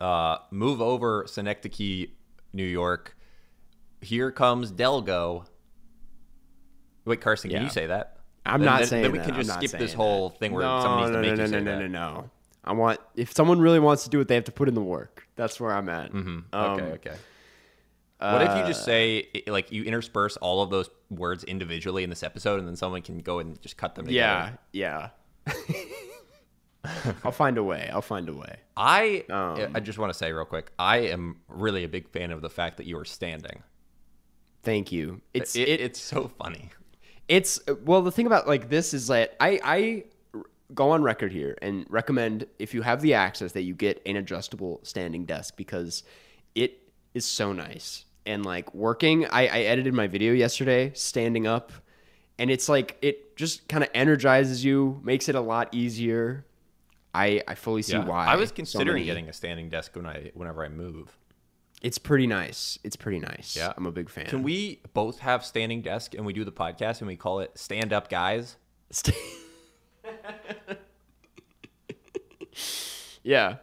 [SPEAKER 2] uh, move over Synecdoche, New York. Here comes Delgo. Wait, Karsten, can
[SPEAKER 1] Yeah.
[SPEAKER 2] you say that?
[SPEAKER 1] I'm
[SPEAKER 2] Then-
[SPEAKER 1] not
[SPEAKER 2] then,
[SPEAKER 1] saying
[SPEAKER 2] Then we
[SPEAKER 1] that.
[SPEAKER 2] can
[SPEAKER 1] I'm
[SPEAKER 2] just
[SPEAKER 1] not
[SPEAKER 2] skip this
[SPEAKER 1] saying
[SPEAKER 2] whole thing where someone needs to make you say
[SPEAKER 1] no,
[SPEAKER 2] that.
[SPEAKER 1] no, no. I want if someone really wants to do it, they have to put in the work. That's where I'm at. Um,
[SPEAKER 2] Mm-hmm.
[SPEAKER 1] uh,
[SPEAKER 2] okay, okay. What if you just say i- like you intersperse all of those words individually in this episode, and then someone can go and just cut them together?
[SPEAKER 1] Yeah, yeah. [laughs] I'll find a way. I'll find a way.
[SPEAKER 2] I
[SPEAKER 1] Um,
[SPEAKER 2] I just want to say real quick, I am really a big fan of the fact that you are standing.
[SPEAKER 1] Thank you. It's
[SPEAKER 2] It, it's so funny.
[SPEAKER 1] It's well, the thing about like this is that I I r- go on record here and recommend if you have the access that you get an adjustable standing desk because it is so nice and like working. I, I edited my video yesterday standing up, and it's like it just kind of energizes you, makes it a lot easier. I I fully see why.
[SPEAKER 2] I was
[SPEAKER 1] so
[SPEAKER 2] considering
[SPEAKER 1] many-
[SPEAKER 2] getting a standing desk when I whenever I move.
[SPEAKER 1] It's pretty nice. It's pretty nice.
[SPEAKER 2] Yeah.
[SPEAKER 1] I'm a big fan.
[SPEAKER 2] Can we both have standing desk and we do the podcast and we call it Stand Up Guys?
[SPEAKER 1] [laughs] yeah,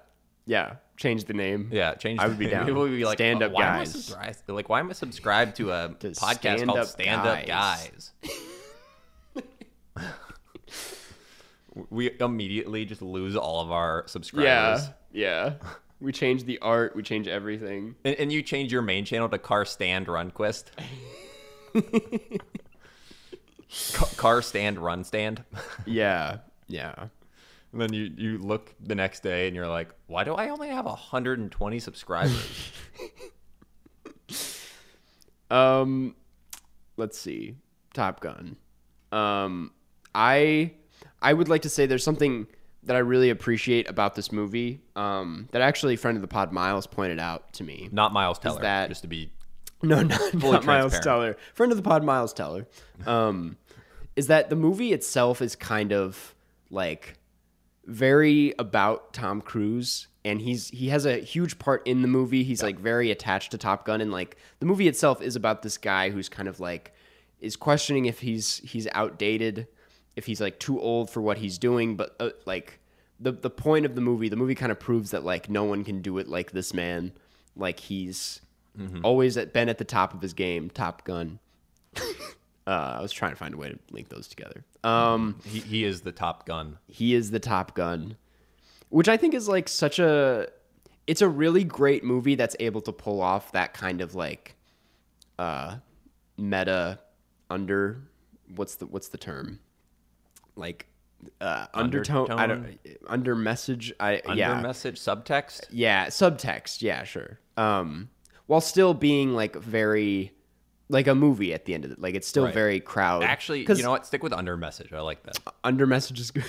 [SPEAKER 1] yeah. Change the name.
[SPEAKER 2] Yeah, change.
[SPEAKER 1] I
[SPEAKER 2] the
[SPEAKER 1] would be
[SPEAKER 2] name.
[SPEAKER 1] down.
[SPEAKER 2] [laughs] People would be like,
[SPEAKER 1] Stand
[SPEAKER 2] "Oh,
[SPEAKER 1] Up
[SPEAKER 2] why am I
[SPEAKER 1] Guys."
[SPEAKER 2] subscribed- like, why am I subscribed
[SPEAKER 1] [laughs]
[SPEAKER 2] to a podcast
[SPEAKER 1] Stand
[SPEAKER 2] called
[SPEAKER 1] Up
[SPEAKER 2] Stand Up
[SPEAKER 1] Guys.
[SPEAKER 2] Guys?
[SPEAKER 1] [laughs]
[SPEAKER 2] we immediately just lose all of our
[SPEAKER 1] Yeah,
[SPEAKER 2] subscribers.
[SPEAKER 1] yeah. We change the art. We change everything.
[SPEAKER 2] And, and you change your main channel to Car
[SPEAKER 1] [laughs]
[SPEAKER 2] Stand Runquist. Ca- Car Stand Run Stand. [laughs]
[SPEAKER 1] Yeah, yeah.
[SPEAKER 2] And then you, you look the next day and you're like, why do I only have
[SPEAKER 1] [laughs]
[SPEAKER 2] 120 subscribers?
[SPEAKER 1] Um, let's see. Top Gun. Um, I I would like to say there's something that I really appreciate about this movie. Um, that actually a friend of the pod Miles pointed out to me.
[SPEAKER 2] Not Miles Teller,
[SPEAKER 1] that-
[SPEAKER 2] just to be
[SPEAKER 1] No, [laughs] not, not Miles
[SPEAKER 2] transparent.
[SPEAKER 1] Teller. Friend of the pod, Miles Teller. Um, is that the movie itself is kind of like very about Tom Cruise, and he's he has a huge part in the movie. He's like very attached to Top Gun, and like the movie itself is about this guy who's kind of like is questioning if he's he's outdated, if he's like too old for what he's doing, but uh, like the the point of the movie, the movie kind of proves that like no one can do it like this man. Like he's always at, been at the top of his game. Top Gun. [laughs] uh, I was trying to find a way to link those together. Um,
[SPEAKER 2] He, he is the Top Gun.
[SPEAKER 1] he is the Top Gun, which I think is like such a. It's a really great movie that's able to pull off that kind of like, uh, meta, under, what's the what's the term, like, uh, undertone. I don't under message. I
[SPEAKER 2] Under
[SPEAKER 1] yeah
[SPEAKER 2] message subtext.
[SPEAKER 1] yeah, subtext. Yeah, sure. Um, while still being like very, like a movie at the end of it. Like it's still
[SPEAKER 2] Right.
[SPEAKER 1] very crowd.
[SPEAKER 2] Actually,
[SPEAKER 1] 'cause
[SPEAKER 2] you know what? Stick with under message. I like that.
[SPEAKER 1] under message is
[SPEAKER 2] [laughs]
[SPEAKER 1] good.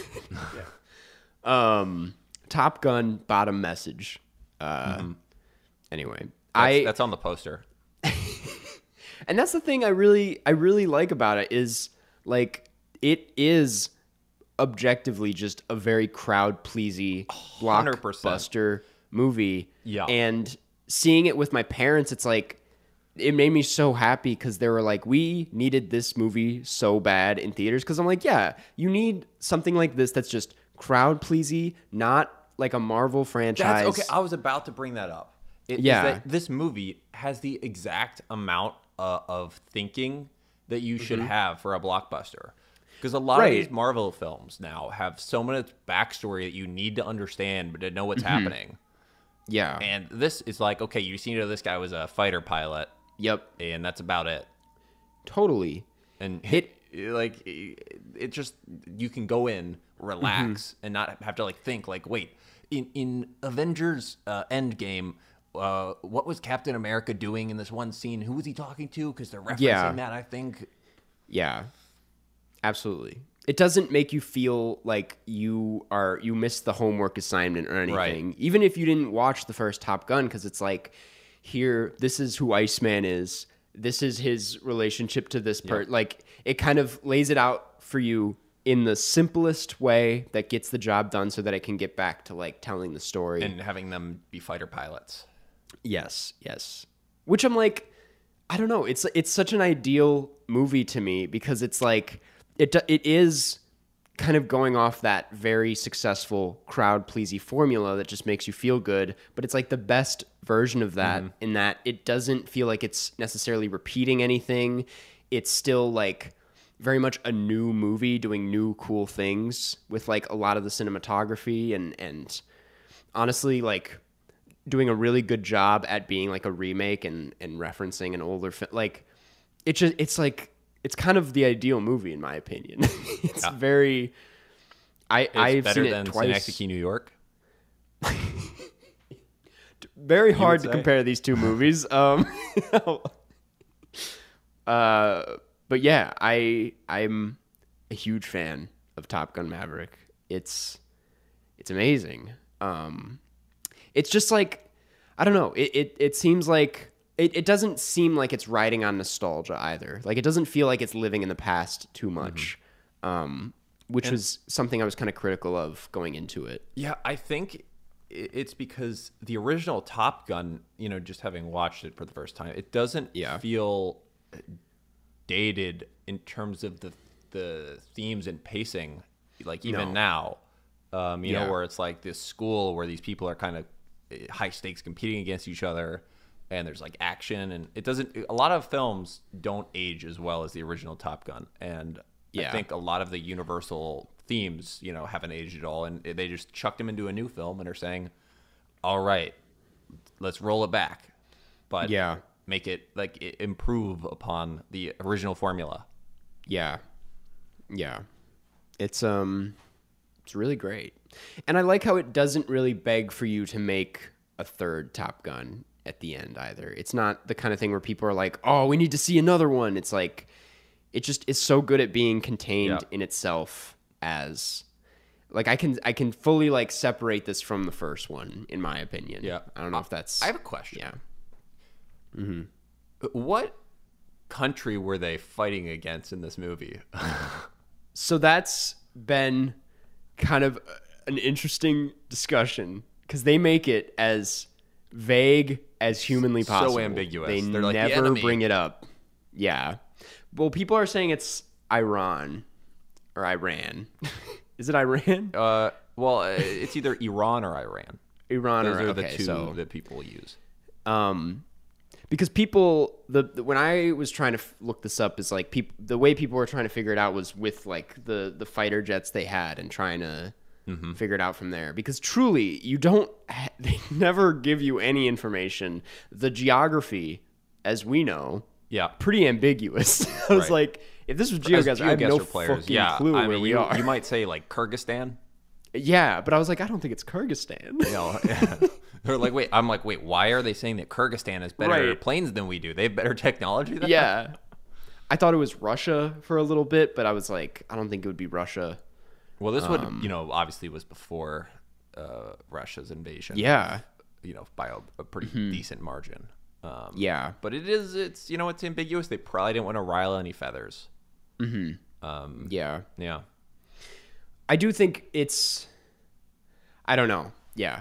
[SPEAKER 1] Um, Top Gun bottom message. Uh, anyway, I
[SPEAKER 2] Mm-hmm. That's- that's on the poster.
[SPEAKER 1] and that's the thing I really I really like about it is like it is objectively just a very crowd pleasy
[SPEAKER 2] 100%.
[SPEAKER 1] blockbuster movie.
[SPEAKER 2] Yeah.
[SPEAKER 1] And seeing it with my parents, it's like it made me so happy because they were like, we needed this movie so bad in theaters. Because I'm like, yeah, you need something like this that's just crowd pleasy, not like a Marvel franchise.
[SPEAKER 2] That's okay. I was about to bring that up. It, is
[SPEAKER 1] Yeah.
[SPEAKER 2] that this movie has the exact amount uh, of thinking that you should have for a blockbuster. Because a lot
[SPEAKER 1] Right.
[SPEAKER 2] of these Marvel films now have so much backstory that you need to understand, but to know what's happening.
[SPEAKER 1] Yeah.
[SPEAKER 2] And this is like, okay, you just need to know this guy was a fighter pilot,
[SPEAKER 1] yep.
[SPEAKER 2] and that's about it.
[SPEAKER 1] Totally.
[SPEAKER 2] And it, like, it, it just you can go in, relax,
[SPEAKER 1] Mm-hmm.
[SPEAKER 2] and not have to like think. Like, wait, in in Avengers uh, Endgame, uh, what was Captain America doing in this one scene? Who was he talking to? Because they're referencing
[SPEAKER 1] Yeah.
[SPEAKER 2] that. I think
[SPEAKER 1] Yeah. Absolutely. It doesn't make you feel like you are you missed the homework assignment or anything.
[SPEAKER 2] Right.
[SPEAKER 1] Even if you didn't watch the first Top Gun cuz it's like here this is who Iceman is. This is his relationship to this part. Like it kind of lays it out for you in the simplest way that gets the job done so that it can get back to like telling the story.
[SPEAKER 2] and having them be fighter pilots.
[SPEAKER 1] Yes, yes. Which I'm like, I don't know. It's it's such an ideal movie to me because it's like it do- it is kind of going off that very successful crowd pleasy formula that just makes you feel good, but it's like the best version of that in that it doesn't feel like it's necessarily repeating anything. It's still like very much a new movie doing new cool things with like a lot of the cinematography and and honestly like doing a really good job at being like a remake and and referencing an older film. Like it's just it's like it's kind of the ideal movie in my opinion. [laughs] it's very. I I've
[SPEAKER 2] It's better
[SPEAKER 1] seen
[SPEAKER 2] than
[SPEAKER 1] it twice.
[SPEAKER 2] Synecdoche, New York.
[SPEAKER 1] Very hard to
[SPEAKER 2] say?
[SPEAKER 1] compare these two movies. Um, [laughs] uh, but yeah, I I'm a huge fan of Top Gun Maverick. It's it's amazing. Um, it's just like I don't know. It it, it seems like it, it doesn't seem like it's riding on nostalgia either. Like it doesn't feel like it's living in the past too much, um, which was something I was kind of critical of going into it.
[SPEAKER 2] Yeah, I think i- it's because the original Top Gun, you know, just having watched it for the first time, it doesn't
[SPEAKER 1] Yeah.
[SPEAKER 2] feel dated in terms of the the themes and pacing, like even now, um, you
[SPEAKER 1] Yeah.
[SPEAKER 2] know, where it's like this school where these people are kind of eh, high stakes competing against each other. And there's like action, and it doesn't. A lot of films don't age as well as the original Top Gun, and
[SPEAKER 1] Yeah.
[SPEAKER 2] I think a lot of the universal themes, you know, haven't aged at all, and they just chucked them into a new film and are saying, "All right, let's roll it back, but
[SPEAKER 1] Yeah.
[SPEAKER 2] make it like i- improve upon the original formula."
[SPEAKER 1] Yeah. Yeah. It's um it's really great. And I like how it doesn't really beg for you to make a third Top Gun at the end either. It's not the kind of thing where people are like, "Oh, we need to see another one." It's like it just is so good at being contained
[SPEAKER 2] Yeah.
[SPEAKER 1] in itself as like I can I can fully like separate this from the first one in my opinion.
[SPEAKER 2] Yeah.
[SPEAKER 1] I don't know if that's
[SPEAKER 2] I have a question.
[SPEAKER 1] Yeah.
[SPEAKER 2] Mm-hmm. What country were they fighting against in
[SPEAKER 1] [laughs]
[SPEAKER 2] this movie?
[SPEAKER 1] So that's been kind of uh, an interesting discussion because they make it as vague as humanly possible.
[SPEAKER 2] ambiguous.
[SPEAKER 1] They
[SPEAKER 2] They're like, "The
[SPEAKER 1] never
[SPEAKER 2] enemy."
[SPEAKER 1] bring it up. Yeah. Well, people are saying it's Iran or Iran. [laughs] Is it Iran?
[SPEAKER 2] uh, well, uh, it's either Iran or Iran.
[SPEAKER 1] Iran
[SPEAKER 2] Those
[SPEAKER 1] or
[SPEAKER 2] are the
[SPEAKER 1] okay,
[SPEAKER 2] two
[SPEAKER 1] so-
[SPEAKER 2] that people use.
[SPEAKER 1] um because people the the- when i was trying to f- look this up is like people the way people were trying to figure it out was with like the the fighter jets they had and trying to
[SPEAKER 2] Mm-hmm.
[SPEAKER 1] figure it out from there because truly you don't [laughs] ha- they never give you any information the geography as we know
[SPEAKER 2] Yeah.
[SPEAKER 1] pretty ambiguous [laughs] i was
[SPEAKER 2] Right.
[SPEAKER 1] like if this was
[SPEAKER 2] As
[SPEAKER 1] geoguessr, i have no
[SPEAKER 2] GeoGuessr players,
[SPEAKER 1] fucking clue
[SPEAKER 2] I
[SPEAKER 1] where
[SPEAKER 2] mean,
[SPEAKER 1] we
[SPEAKER 2] you,
[SPEAKER 1] are
[SPEAKER 2] You might say like Kyrgyzstan.
[SPEAKER 1] [laughs] yeah but i was like i don't think it's kyrgyzstan
[SPEAKER 2] You know, [laughs] they're like, wait. I'm like, wait. Why are they saying that Kyrgyzstan has better
[SPEAKER 1] Right.
[SPEAKER 2] planes than we do? They have better [laughs] technology. Than us?
[SPEAKER 1] yeah. [laughs] I thought it was Russia for a little bit, but I was like, I don't think it would be Russia.
[SPEAKER 2] Well, this
[SPEAKER 1] Um,
[SPEAKER 2] would you know obviously was before uh, Russia's invasion.
[SPEAKER 1] Yeah.
[SPEAKER 2] You know, by a, a pretty
[SPEAKER 1] Mm-hmm.
[SPEAKER 2] decent margin. Um,
[SPEAKER 1] Yeah.
[SPEAKER 2] But it is. It's you know it's ambiguous. They probably didn't want to rile any feathers.
[SPEAKER 1] Yeah.
[SPEAKER 2] Yeah.
[SPEAKER 1] I do think it's I don't know. Yeah.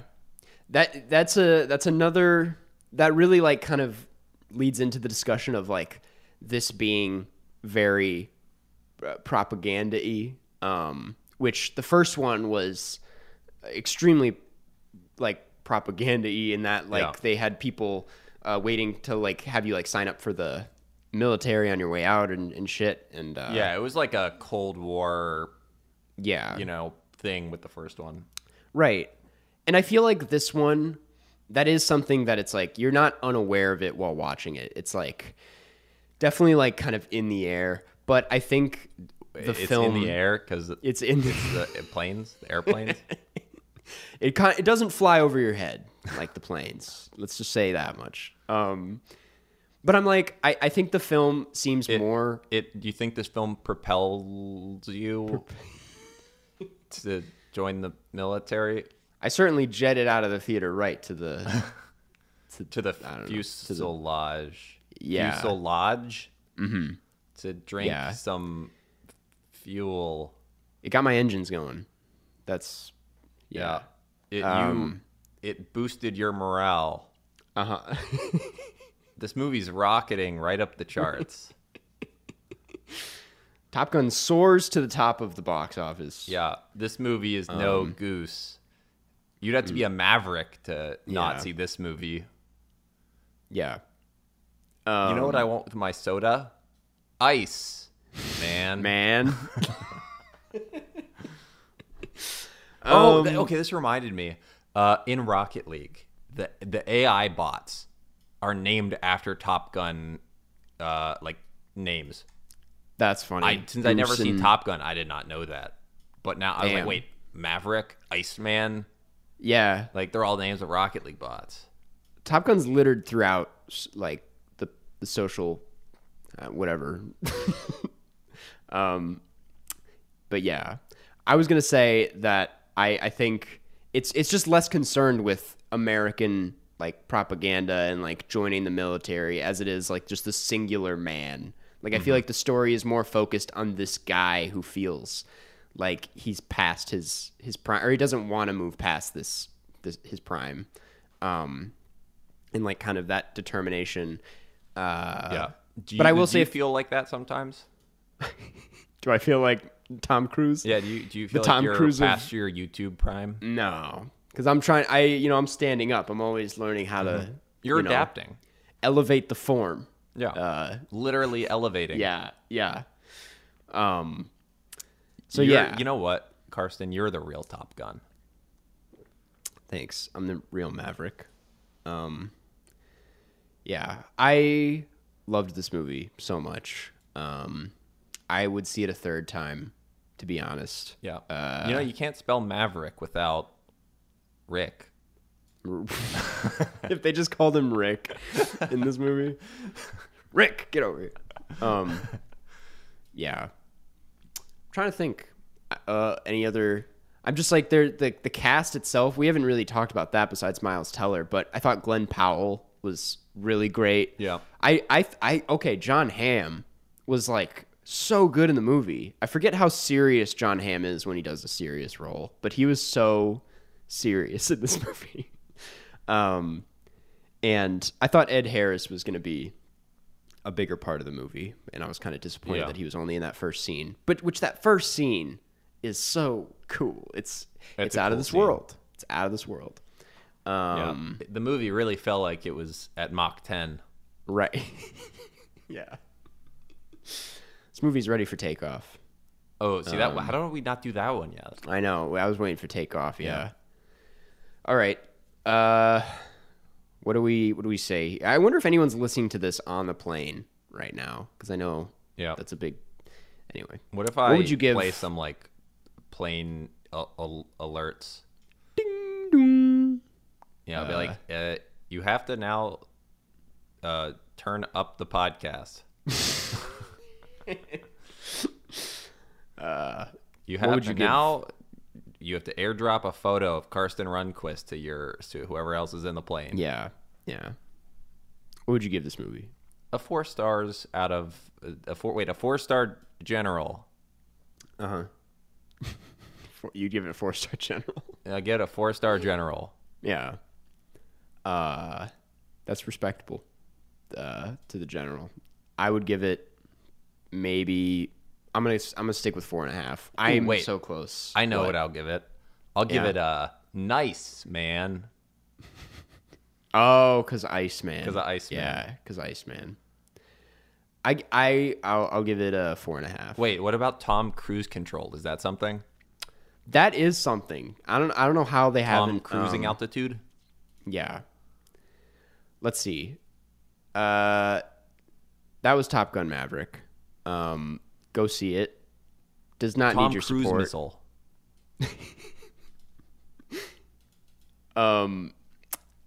[SPEAKER 1] That that's a that's another that really like kind of leads into the discussion of like this being very uh, propaganda-y um which the first one was extremely like propaganda-y in that like
[SPEAKER 2] Yeah.
[SPEAKER 1] they had people uh, waiting to like have you like sign up for the military on your way out and, and shit and uh,
[SPEAKER 2] Yeah. It was like a Cold War,
[SPEAKER 1] yeah
[SPEAKER 2] you know, thing with the first one.
[SPEAKER 1] Right. And I feel like this one, that is something that it's like, you're not unaware of it while watching it. It's like definitely like kind of in the air. But I think the
[SPEAKER 2] it's
[SPEAKER 1] film,
[SPEAKER 2] in the air because the
[SPEAKER 1] it's in the,
[SPEAKER 2] planes,
[SPEAKER 1] [laughs]
[SPEAKER 2] the airplanes.
[SPEAKER 1] it kind it doesn't fly over your head like the planes. Let's just say that much. Um, but I'm like, I, I think the film seems more
[SPEAKER 2] it. Do you think this film propels you to join the military
[SPEAKER 1] I certainly jetted out of the theater right to
[SPEAKER 2] [laughs]
[SPEAKER 1] the
[SPEAKER 2] to the
[SPEAKER 1] know,
[SPEAKER 2] fuselage?
[SPEAKER 1] Yeah.
[SPEAKER 2] Fuselage. Mm-hmm. To drink
[SPEAKER 1] Yeah.
[SPEAKER 2] some fuel.
[SPEAKER 1] it got my engines going. That's
[SPEAKER 2] Yeah. Um, It you it boosted your morale.
[SPEAKER 1] uh-huh.
[SPEAKER 2] This movie's rocketing right up the [laughs] charts.
[SPEAKER 1] Top Gun soars to the top of the box office.
[SPEAKER 2] yeah. This movie is no goose. You'd have to be a maverick to
[SPEAKER 1] Yeah.
[SPEAKER 2] not see this movie.
[SPEAKER 1] Yeah. Um,
[SPEAKER 2] you know what I want with my soda? Ice. Man. [laughs]
[SPEAKER 1] Man. Um,
[SPEAKER 2] Oh, th- okay. This reminded me. Uh, in Rocket League, the the AI bots are named after Top Gun, uh, like names.
[SPEAKER 1] That's funny.
[SPEAKER 2] I since I never
[SPEAKER 1] Goose
[SPEAKER 2] seen
[SPEAKER 1] and-
[SPEAKER 2] Top Gun, I did not know that. But now I was
[SPEAKER 1] Damn.
[SPEAKER 2] like, wait, Maverick, Iceman,
[SPEAKER 1] Yeah.
[SPEAKER 2] like they're all names of Rocket League bots.
[SPEAKER 1] Top Gun's littered throughout s- like the the social uh, whatever. [laughs] um but yeah. I was going to say that I I think it's it's just less concerned with American like propaganda and like joining the military as it is like just the singular man. Like I feel like the story is more focused on this guy who feels like he's past his his prime or he doesn't want to move past this this his prime. Um and like kind of that determination. Uh,
[SPEAKER 2] yeah. Do
[SPEAKER 1] but I will
[SPEAKER 2] do
[SPEAKER 1] say
[SPEAKER 2] you
[SPEAKER 1] if-
[SPEAKER 2] feel like that sometimes.
[SPEAKER 1] Do I feel like Tom Cruise?
[SPEAKER 2] Yeah. Do you do you feel like
[SPEAKER 1] Tom
[SPEAKER 2] you're
[SPEAKER 1] Cruise of-
[SPEAKER 2] past your YouTube prime?
[SPEAKER 1] No, because I'm trying. I you know I'm standing up. I'm always learning how to.
[SPEAKER 2] You're
[SPEAKER 1] you know,
[SPEAKER 2] adapting.
[SPEAKER 1] elevate the form.
[SPEAKER 2] Yeah.
[SPEAKER 1] Uh,
[SPEAKER 2] Literally elevating.
[SPEAKER 1] yeah. Yeah. Um. So
[SPEAKER 2] You're-
[SPEAKER 1] yeah.
[SPEAKER 2] You know what, Karsten? You're the real Top Gun.
[SPEAKER 1] Thanks. I'm the real Maverick. Um. Yeah, I loved this movie so much. Um, I would see it a third time, to be honest.
[SPEAKER 2] Yeah.
[SPEAKER 1] Uh,
[SPEAKER 2] you know, you can't spell Maverick without Rick.
[SPEAKER 1] [laughs] if they just called him Rick in this movie. Rick, get over here. Um, yeah. I'm trying to think. Uh, any other? I'm just like there. The the cast itself. We haven't really talked about that besides Miles Teller, but I thought Glenn Powell was really great.
[SPEAKER 2] Yeah.
[SPEAKER 1] I I I okay, John Hamm was like so good in the movie. I forget how serious John Hamm is when he does a serious role, but he was so serious [laughs] in this movie. Um and I thought Ed Harris was going to be a bigger part of the movie, and I was kind of disappointed
[SPEAKER 2] Yeah.
[SPEAKER 1] that he was only in that first scene. But which that first scene is so cool. It's it's,
[SPEAKER 2] a
[SPEAKER 1] out of
[SPEAKER 2] cool
[SPEAKER 1] this
[SPEAKER 2] scene.
[SPEAKER 1] world. It's out of this world. Um,
[SPEAKER 2] yeah. The movie really felt like it was at Mach 10.
[SPEAKER 1] Right. [laughs] yeah. This movie's ready for takeoff.
[SPEAKER 2] Oh, see
[SPEAKER 1] um,
[SPEAKER 2] that? How do we not do that one yet?
[SPEAKER 1] I know. I was waiting for takeoff. Yeah. All right. Uh, what do we what do we say? I wonder if anyone's listening to this on the plane right now because I know
[SPEAKER 2] Yeah.
[SPEAKER 1] that's a big. Anyway,
[SPEAKER 2] What if I
[SPEAKER 1] would you give-
[SPEAKER 2] play some like plane uh, al- alerts? Yeah, I'll be like, uh, you have to now uh, turn up
[SPEAKER 1] [laughs]
[SPEAKER 2] the podcast. you have
[SPEAKER 1] Uh, would
[SPEAKER 2] to
[SPEAKER 1] you give-
[SPEAKER 2] now. You have to airdrop a photo of Karsten Runquist to your to whoever else is in the plane.
[SPEAKER 1] yeah, yeah. What would you give this movie?
[SPEAKER 2] A four stars out of a four. Wait, a four star general.
[SPEAKER 1] Uh huh. You'd give it a four star general.
[SPEAKER 2] I Uh, get a four star general.
[SPEAKER 1] Yeah. Uh that's respectable uh to the general. I would give it maybe I'm gonna I'm gonna stick with four and a half. I am
[SPEAKER 2] wait.
[SPEAKER 1] so close.
[SPEAKER 2] I know what, I'll give it. I'll give
[SPEAKER 1] Yeah.
[SPEAKER 2] it a nice man.
[SPEAKER 1] Oh, cause Iceman.
[SPEAKER 2] 'Cause of Iceman.
[SPEAKER 1] Yeah, cause Iceman. I I I'll, I'll give it a four and a half.
[SPEAKER 2] Wait, what about Tom Cruise control? Is that something?
[SPEAKER 1] That is something. I don't I don't know how they
[SPEAKER 2] Tom
[SPEAKER 1] haven't
[SPEAKER 2] cruising
[SPEAKER 1] um,
[SPEAKER 2] altitude?
[SPEAKER 1] Yeah. Let's see. Uh that was Top Gun Maverick. Um go see it. Does not
[SPEAKER 2] Tom
[SPEAKER 1] need your
[SPEAKER 2] Cruise
[SPEAKER 1] support.
[SPEAKER 2] missile.
[SPEAKER 1] Um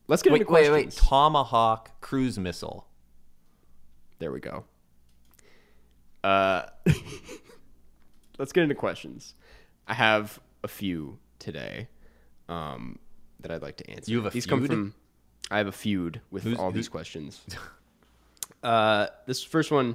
[SPEAKER 1] Let's get
[SPEAKER 2] Wait,
[SPEAKER 1] into
[SPEAKER 2] wait,
[SPEAKER 1] questions.
[SPEAKER 2] wait. Tomahawk cruise missile.
[SPEAKER 1] There we go. Uh [laughs] Let's get into questions. I have a few today um that I'd like to answer.
[SPEAKER 2] You have a
[SPEAKER 1] these come
[SPEAKER 2] feud?
[SPEAKER 1] from I have a feud with all these questions. Uh, this first one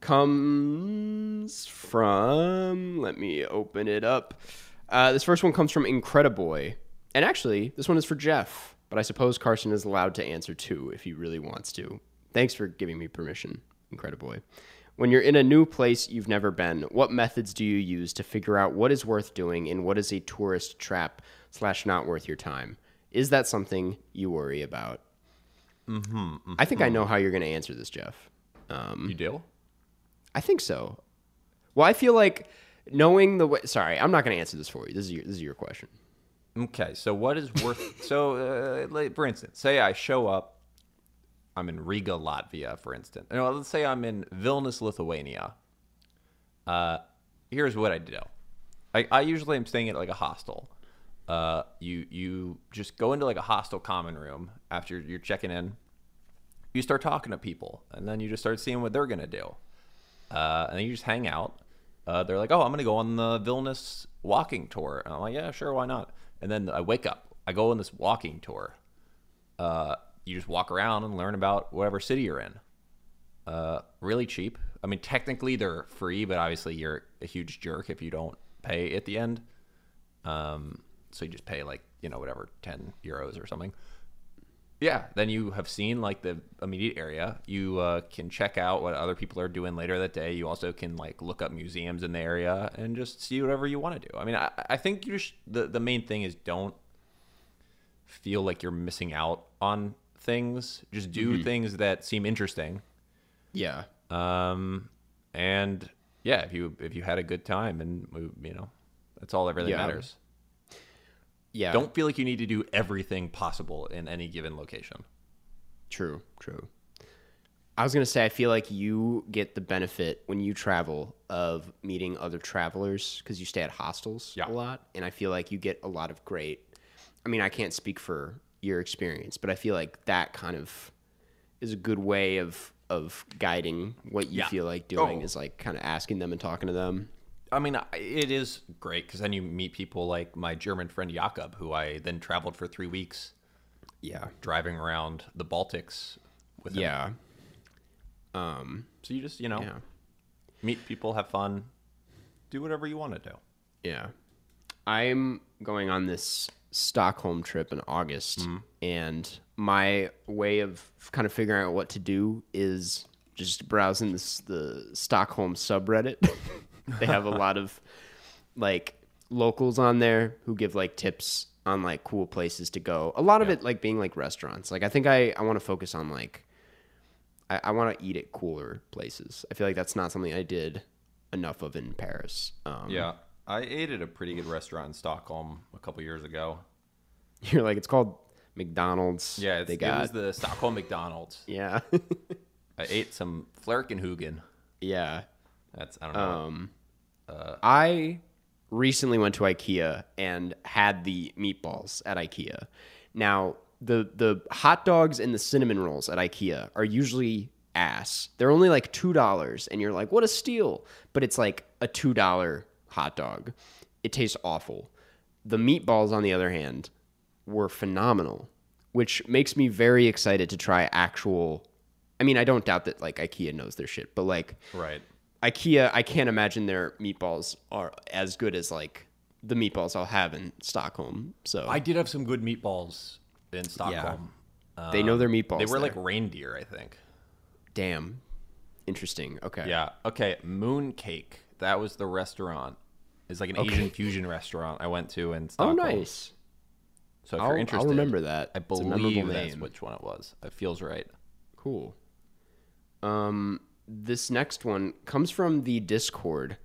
[SPEAKER 1] comes from. Let me open it up. Uh, this first one comes from Incrediboy, and actually, this one is for Jeff. But I suppose Carson is allowed to answer too if he really wants to. Thanks for giving me permission, Incrediboy. When you're in a new place you've never been, what methods do you use to figure out what is worth doing and what is a tourist trap slash not worth your time? Is that something you worry about? I think I know how you're going to answer this, Jeff. Um,
[SPEAKER 2] You do?
[SPEAKER 1] I think so. Well, I feel like knowing the way. Sorry, I'm not going to answer this for you. This is your this is your question.
[SPEAKER 2] Okay, so what is worth? so, uh, like, for instance, say I show up. I'm in Riga, Latvia, for instance. No, let's say I'm in Vilnius, Lithuania. Uh, here's what I do. I, I usually am staying at like a hostel. Uh, you you just go into like a hostel common room after you're checking in. You start talking to people, and then you just start seeing what they're gonna do uh, and then you just hang out. Uh, they're like, "Oh, I'm gonna go on the Vilnius walking tour," and I'm like, "Yeah, sure, why not?" And then I wake up, I go on this walking tour. Uh, you just walk around and learn about whatever city you're in. Uh, really cheap. I mean, technically they're free, but obviously you're a huge jerk if you don't pay at the end. Um, so you just pay like you know whatever ten euros or something. Yeah, then you have seen like the immediate area. You uh, can check out what other people are doing later that day. You also can like look up museums in the area and just see whatever you want to do. I mean, I, I think you just the the main thing is don't feel like you're missing out on things. Just do things that seem interesting.
[SPEAKER 1] Yeah.
[SPEAKER 2] Um, and yeah, if you if you had a good time and you know, that's all that really
[SPEAKER 1] Yeah.
[SPEAKER 2] matters.
[SPEAKER 1] Yeah.
[SPEAKER 2] Don't feel like you need to do everything possible in any given location.
[SPEAKER 1] True. True. I was gonna say I feel like you get the benefit when you travel of meeting other travelers because you stay at hostels
[SPEAKER 2] Yeah.
[SPEAKER 1] a lot, and I feel like you get a lot of great. I mean, I can't speak for your experience, but I feel like that kind of is a good way of of guiding what you
[SPEAKER 2] Yeah.
[SPEAKER 1] feel like doing
[SPEAKER 2] Oh.
[SPEAKER 1] is like kind of asking them and talking to them.
[SPEAKER 2] I mean, I- it is great because then you meet people like my German friend Jakob, who I then traveled for three weeks
[SPEAKER 1] Yeah.
[SPEAKER 2] driving around the Baltics with him.
[SPEAKER 1] Yeah. Um.
[SPEAKER 2] So you just, you know,
[SPEAKER 1] Yeah.
[SPEAKER 2] meet people, have fun, do whatever you want to do.
[SPEAKER 1] Yeah. I'm going on this Stockholm trip in August, and my way of kind of figuring out what to do is just browsing this the Stockholm subreddit. [laughs] they have a lot of like locals on there who give like tips on like cool places to go. A lot of it like being like restaurants. Like I think I I want to focus on like I, I want to eat at cooler places. I feel like that's not something I did enough of in Paris. Um,
[SPEAKER 2] Yeah. I ate at a pretty good restaurant in Stockholm a couple years ago.
[SPEAKER 1] [laughs] You're like, it's called McDonald's.
[SPEAKER 2] Yeah, it's,
[SPEAKER 1] they
[SPEAKER 2] it
[SPEAKER 1] got
[SPEAKER 2] was the Stockholm McDonald's.
[SPEAKER 1] yeah, [laughs]
[SPEAKER 2] I ate some Flerkenhugen.
[SPEAKER 1] yeah.
[SPEAKER 2] That's I don't know.
[SPEAKER 1] I recently went to IKEA and had the meatballs at IKEA. Now the the hot dogs and the cinnamon rolls at IKEA are usually ass. They're only like two dollars, and you're like, what a steal! But it's like a two dollar hot dog. It tastes awful. The meatballs, on the other hand, were phenomenal, which makes me very excited to try actual. I mean, I don't doubt that like IKEA knows their shit, but like
[SPEAKER 2] right.
[SPEAKER 1] IKEA, I can't imagine their meatballs are as good as like the meatballs I'll have in Stockholm. So
[SPEAKER 2] I did have some good meatballs in Stockholm.
[SPEAKER 1] they know their meatballs.
[SPEAKER 2] They were like
[SPEAKER 1] there.
[SPEAKER 2] reindeer, I think.
[SPEAKER 1] damn interesting. Okay.
[SPEAKER 2] Yeah. Okay. Mooncake. That was the restaurant. It's like an Asian fusion restaurant I went to in
[SPEAKER 1] Oh,
[SPEAKER 2] Stockholm.
[SPEAKER 1] nice.
[SPEAKER 2] So if
[SPEAKER 1] I'll,
[SPEAKER 2] you're
[SPEAKER 1] I'll
[SPEAKER 2] interested,
[SPEAKER 1] remember that.
[SPEAKER 2] I
[SPEAKER 1] It's a memorable
[SPEAKER 2] believe that's
[SPEAKER 1] name.
[SPEAKER 2] which one it was. It feels right.
[SPEAKER 1] Cool. Um, this next one comes from the Discord,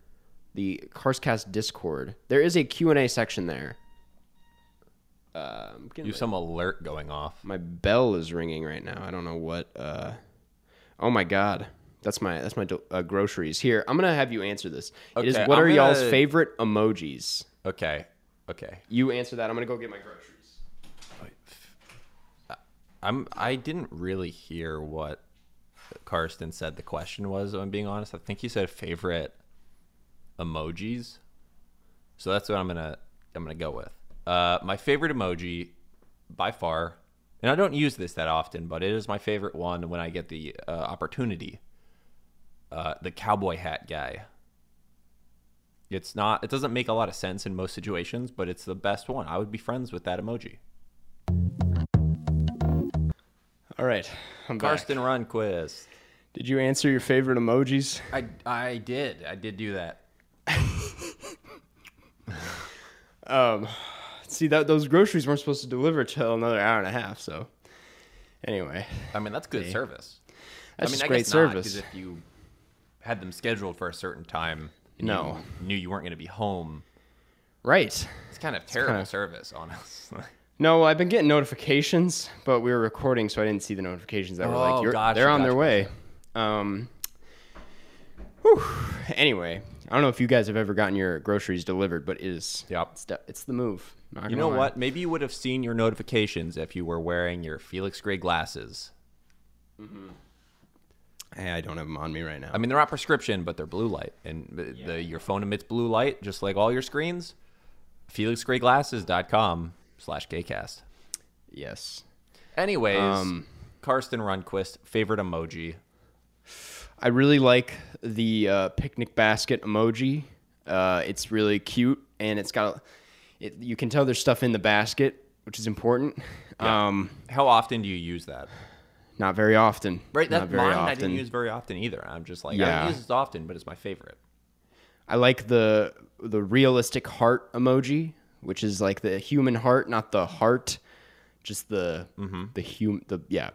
[SPEAKER 1] the Carscast Discord. There is a Q and A section there. Uh, I'm getting
[SPEAKER 2] You have some alert going off.
[SPEAKER 1] my bell is ringing right now. I don't know what. Uh, oh my god, that's my that's my do- uh, groceries here. I'm gonna have you answer this. it is
[SPEAKER 2] Okay,
[SPEAKER 1] what
[SPEAKER 2] I'm
[SPEAKER 1] are y'all's
[SPEAKER 2] gonna-
[SPEAKER 1] favorite emojis?
[SPEAKER 2] Okay. Okay.
[SPEAKER 1] You answer that. I'm gonna go get my groceries.
[SPEAKER 2] I'm. I didn't really hear what Karsten said. The question was. If I'm being honest. I think he said favorite emojis. So that's what I'm gonna. I'm gonna go with. Uh, my favorite emoji, by far, and I don't use this that often, but it is my favorite one when I get the uh, opportunity. Uh, the cowboy hat guy. It's not. It doesn't make a lot of sense in most situations, but it's the best one. I would be friends with that emoji.
[SPEAKER 1] All right, I'm back.
[SPEAKER 2] Karsten Runquist.
[SPEAKER 1] Did you answer your favorite emojis?
[SPEAKER 2] I, I did. I did do that.
[SPEAKER 1] See that those groceries weren't supposed to deliver till another hour and a half. So, anyway,
[SPEAKER 2] I mean, that's good service.
[SPEAKER 1] that's
[SPEAKER 2] I mean,
[SPEAKER 1] just
[SPEAKER 2] I
[SPEAKER 1] great
[SPEAKER 2] guess not, 'cause
[SPEAKER 1] service.
[SPEAKER 2] if you had them scheduled for a certain time, and
[SPEAKER 1] No.
[SPEAKER 2] you knew you weren't going to be home.
[SPEAKER 1] right.
[SPEAKER 2] It's kind of terrible
[SPEAKER 1] kinda-
[SPEAKER 2] service, honestly.
[SPEAKER 1] No, I've been getting notifications, but we were recording, so I didn't see the notifications that were
[SPEAKER 2] Oh,
[SPEAKER 1] like, You're,
[SPEAKER 2] gotcha,
[SPEAKER 1] they're on their
[SPEAKER 2] gotcha,
[SPEAKER 1] way. Um, whew. Anyway, I don't know if you guys have ever gotten your groceries delivered, but it is.
[SPEAKER 2] Yep.
[SPEAKER 1] It's the, it's the move. Not
[SPEAKER 2] [laughs] You
[SPEAKER 1] gonna
[SPEAKER 2] know
[SPEAKER 1] lie.
[SPEAKER 2] what? Maybe you would have seen your notifications if you were wearing your Felix Gray glasses.
[SPEAKER 1] Hey, I don't have them on me right now.
[SPEAKER 2] I mean, they're not prescription, but they're blue light, and the, the your phone emits blue light just like all your screens. FelixGrayGlasses.com slash gaycast.
[SPEAKER 1] yes.
[SPEAKER 2] Anyways, Karsten Runquist, favorite emoji.
[SPEAKER 1] I really like the uh, picnic basket emoji. Uh, it's really cute, and it's got. It, you can tell there's stuff in the basket, which is important. Um,
[SPEAKER 2] How often do you use that?
[SPEAKER 1] not very often.
[SPEAKER 2] Right,
[SPEAKER 1] Not
[SPEAKER 2] that
[SPEAKER 1] very
[SPEAKER 2] mine
[SPEAKER 1] often.
[SPEAKER 2] I didn't use very often either. I'm just like I
[SPEAKER 1] Yeah.
[SPEAKER 2] don't use it often, but it's my favorite.
[SPEAKER 1] I like the the realistic heart emoji, which is like the human heart, not the heart, just the
[SPEAKER 2] Mm-hmm.
[SPEAKER 1] the hum the yeah.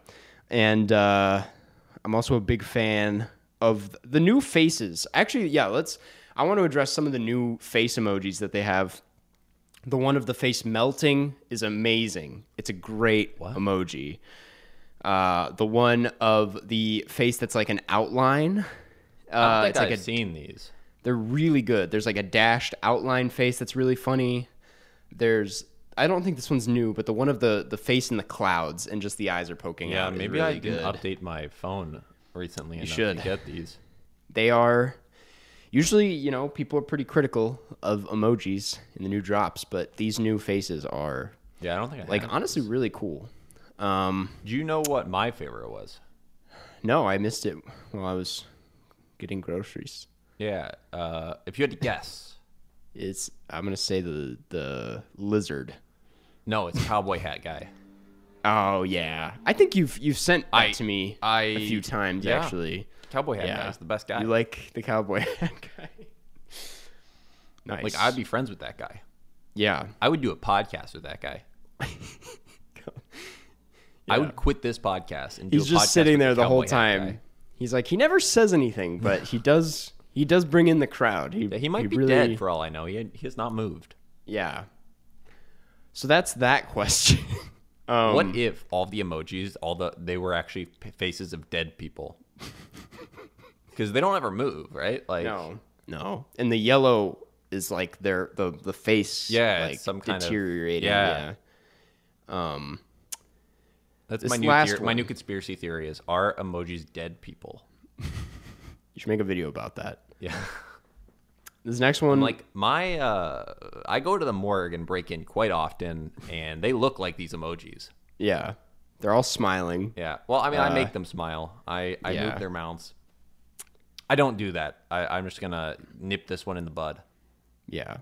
[SPEAKER 1] And uh, I'm also a big fan of the new faces. Actually, yeah, let's. I want to address some of the new face emojis that they have. The one of the face melting is amazing. It's a great emoji. Uh, the one of the face that's like an outline. Uh,
[SPEAKER 2] I don't
[SPEAKER 1] it's
[SPEAKER 2] think
[SPEAKER 1] like
[SPEAKER 2] I've
[SPEAKER 1] a
[SPEAKER 2] seen these.
[SPEAKER 1] they're really good. There's like a dashed outline face that's really funny. There's I don't think this one's new, but the one of the the face in the clouds and just the eyes are poking
[SPEAKER 2] Yeah,
[SPEAKER 1] out. is
[SPEAKER 2] maybe
[SPEAKER 1] really
[SPEAKER 2] I didn't
[SPEAKER 1] good.
[SPEAKER 2] update my phone recently enough
[SPEAKER 1] should.
[SPEAKER 2] to get these.
[SPEAKER 1] They are usually, you know, people are pretty critical of emojis in the new drops, but these new faces are
[SPEAKER 2] Yeah, I don't think I
[SPEAKER 1] like
[SPEAKER 2] have.
[SPEAKER 1] honestly really cool. Um
[SPEAKER 2] Do you know what my favorite was?
[SPEAKER 1] No, I missed it while I was getting groceries.
[SPEAKER 2] Yeah. Uh, if you had to guess,
[SPEAKER 1] It's I'm gonna say the the lizard.
[SPEAKER 2] no, it's cowboy hat guy.
[SPEAKER 1] Oh yeah, I think you've you've sent that
[SPEAKER 2] I-
[SPEAKER 1] to me a
[SPEAKER 2] I
[SPEAKER 1] few times
[SPEAKER 2] yeah.
[SPEAKER 1] actually.
[SPEAKER 2] Cowboy hat
[SPEAKER 1] Yeah.
[SPEAKER 2] guy is the best guy.
[SPEAKER 1] You
[SPEAKER 2] Like,
[SPEAKER 1] like the cowboy [laughs] hat guy? Nice.
[SPEAKER 2] I'd be friends with that guy.
[SPEAKER 1] yeah.
[SPEAKER 2] I would do a podcast with that
[SPEAKER 1] [laughs]
[SPEAKER 2] guy. I would quit this podcast and do
[SPEAKER 1] He's
[SPEAKER 2] a
[SPEAKER 1] just
[SPEAKER 2] podcast
[SPEAKER 1] sitting
[SPEAKER 2] with
[SPEAKER 1] there the
[SPEAKER 2] cowboy
[SPEAKER 1] whole
[SPEAKER 2] hat guy.
[SPEAKER 1] time. He's like he never says
[SPEAKER 2] [laughs]
[SPEAKER 1] anything, but he does he does bring in the crowd. He
[SPEAKER 2] Yeah, he might be
[SPEAKER 1] really,
[SPEAKER 2] dead for all I know. He, he has not moved.
[SPEAKER 1] yeah. So that's that [laughs] question. um,
[SPEAKER 2] what if all the emojis, all the they were actually p- faces of
[SPEAKER 1] [laughs]
[SPEAKER 2] dead people? Because they don't ever move, right? Like,
[SPEAKER 1] No, no. And the yellow is like their the the face.
[SPEAKER 2] Yeah,
[SPEAKER 1] like
[SPEAKER 2] it's some kind of-
[SPEAKER 1] deteriorating.
[SPEAKER 2] yeah. that's my
[SPEAKER 1] This
[SPEAKER 2] new
[SPEAKER 1] last
[SPEAKER 2] theor- my
[SPEAKER 1] one.
[SPEAKER 2] new conspiracy theory is are emojis dead people? [laughs]
[SPEAKER 1] you should make a video about that.
[SPEAKER 2] Yeah,
[SPEAKER 1] This next one,
[SPEAKER 2] like my uh, I go to the morgue and break in quite often, and they look like these emojis.
[SPEAKER 1] yeah, they're all smiling.
[SPEAKER 2] Yeah. Well, I mean, I make them smile. I I
[SPEAKER 1] Uh, yeah.
[SPEAKER 2] move their mouths. I don't do that. I, I'm just gonna nip this one in the bud.
[SPEAKER 1] Yeah.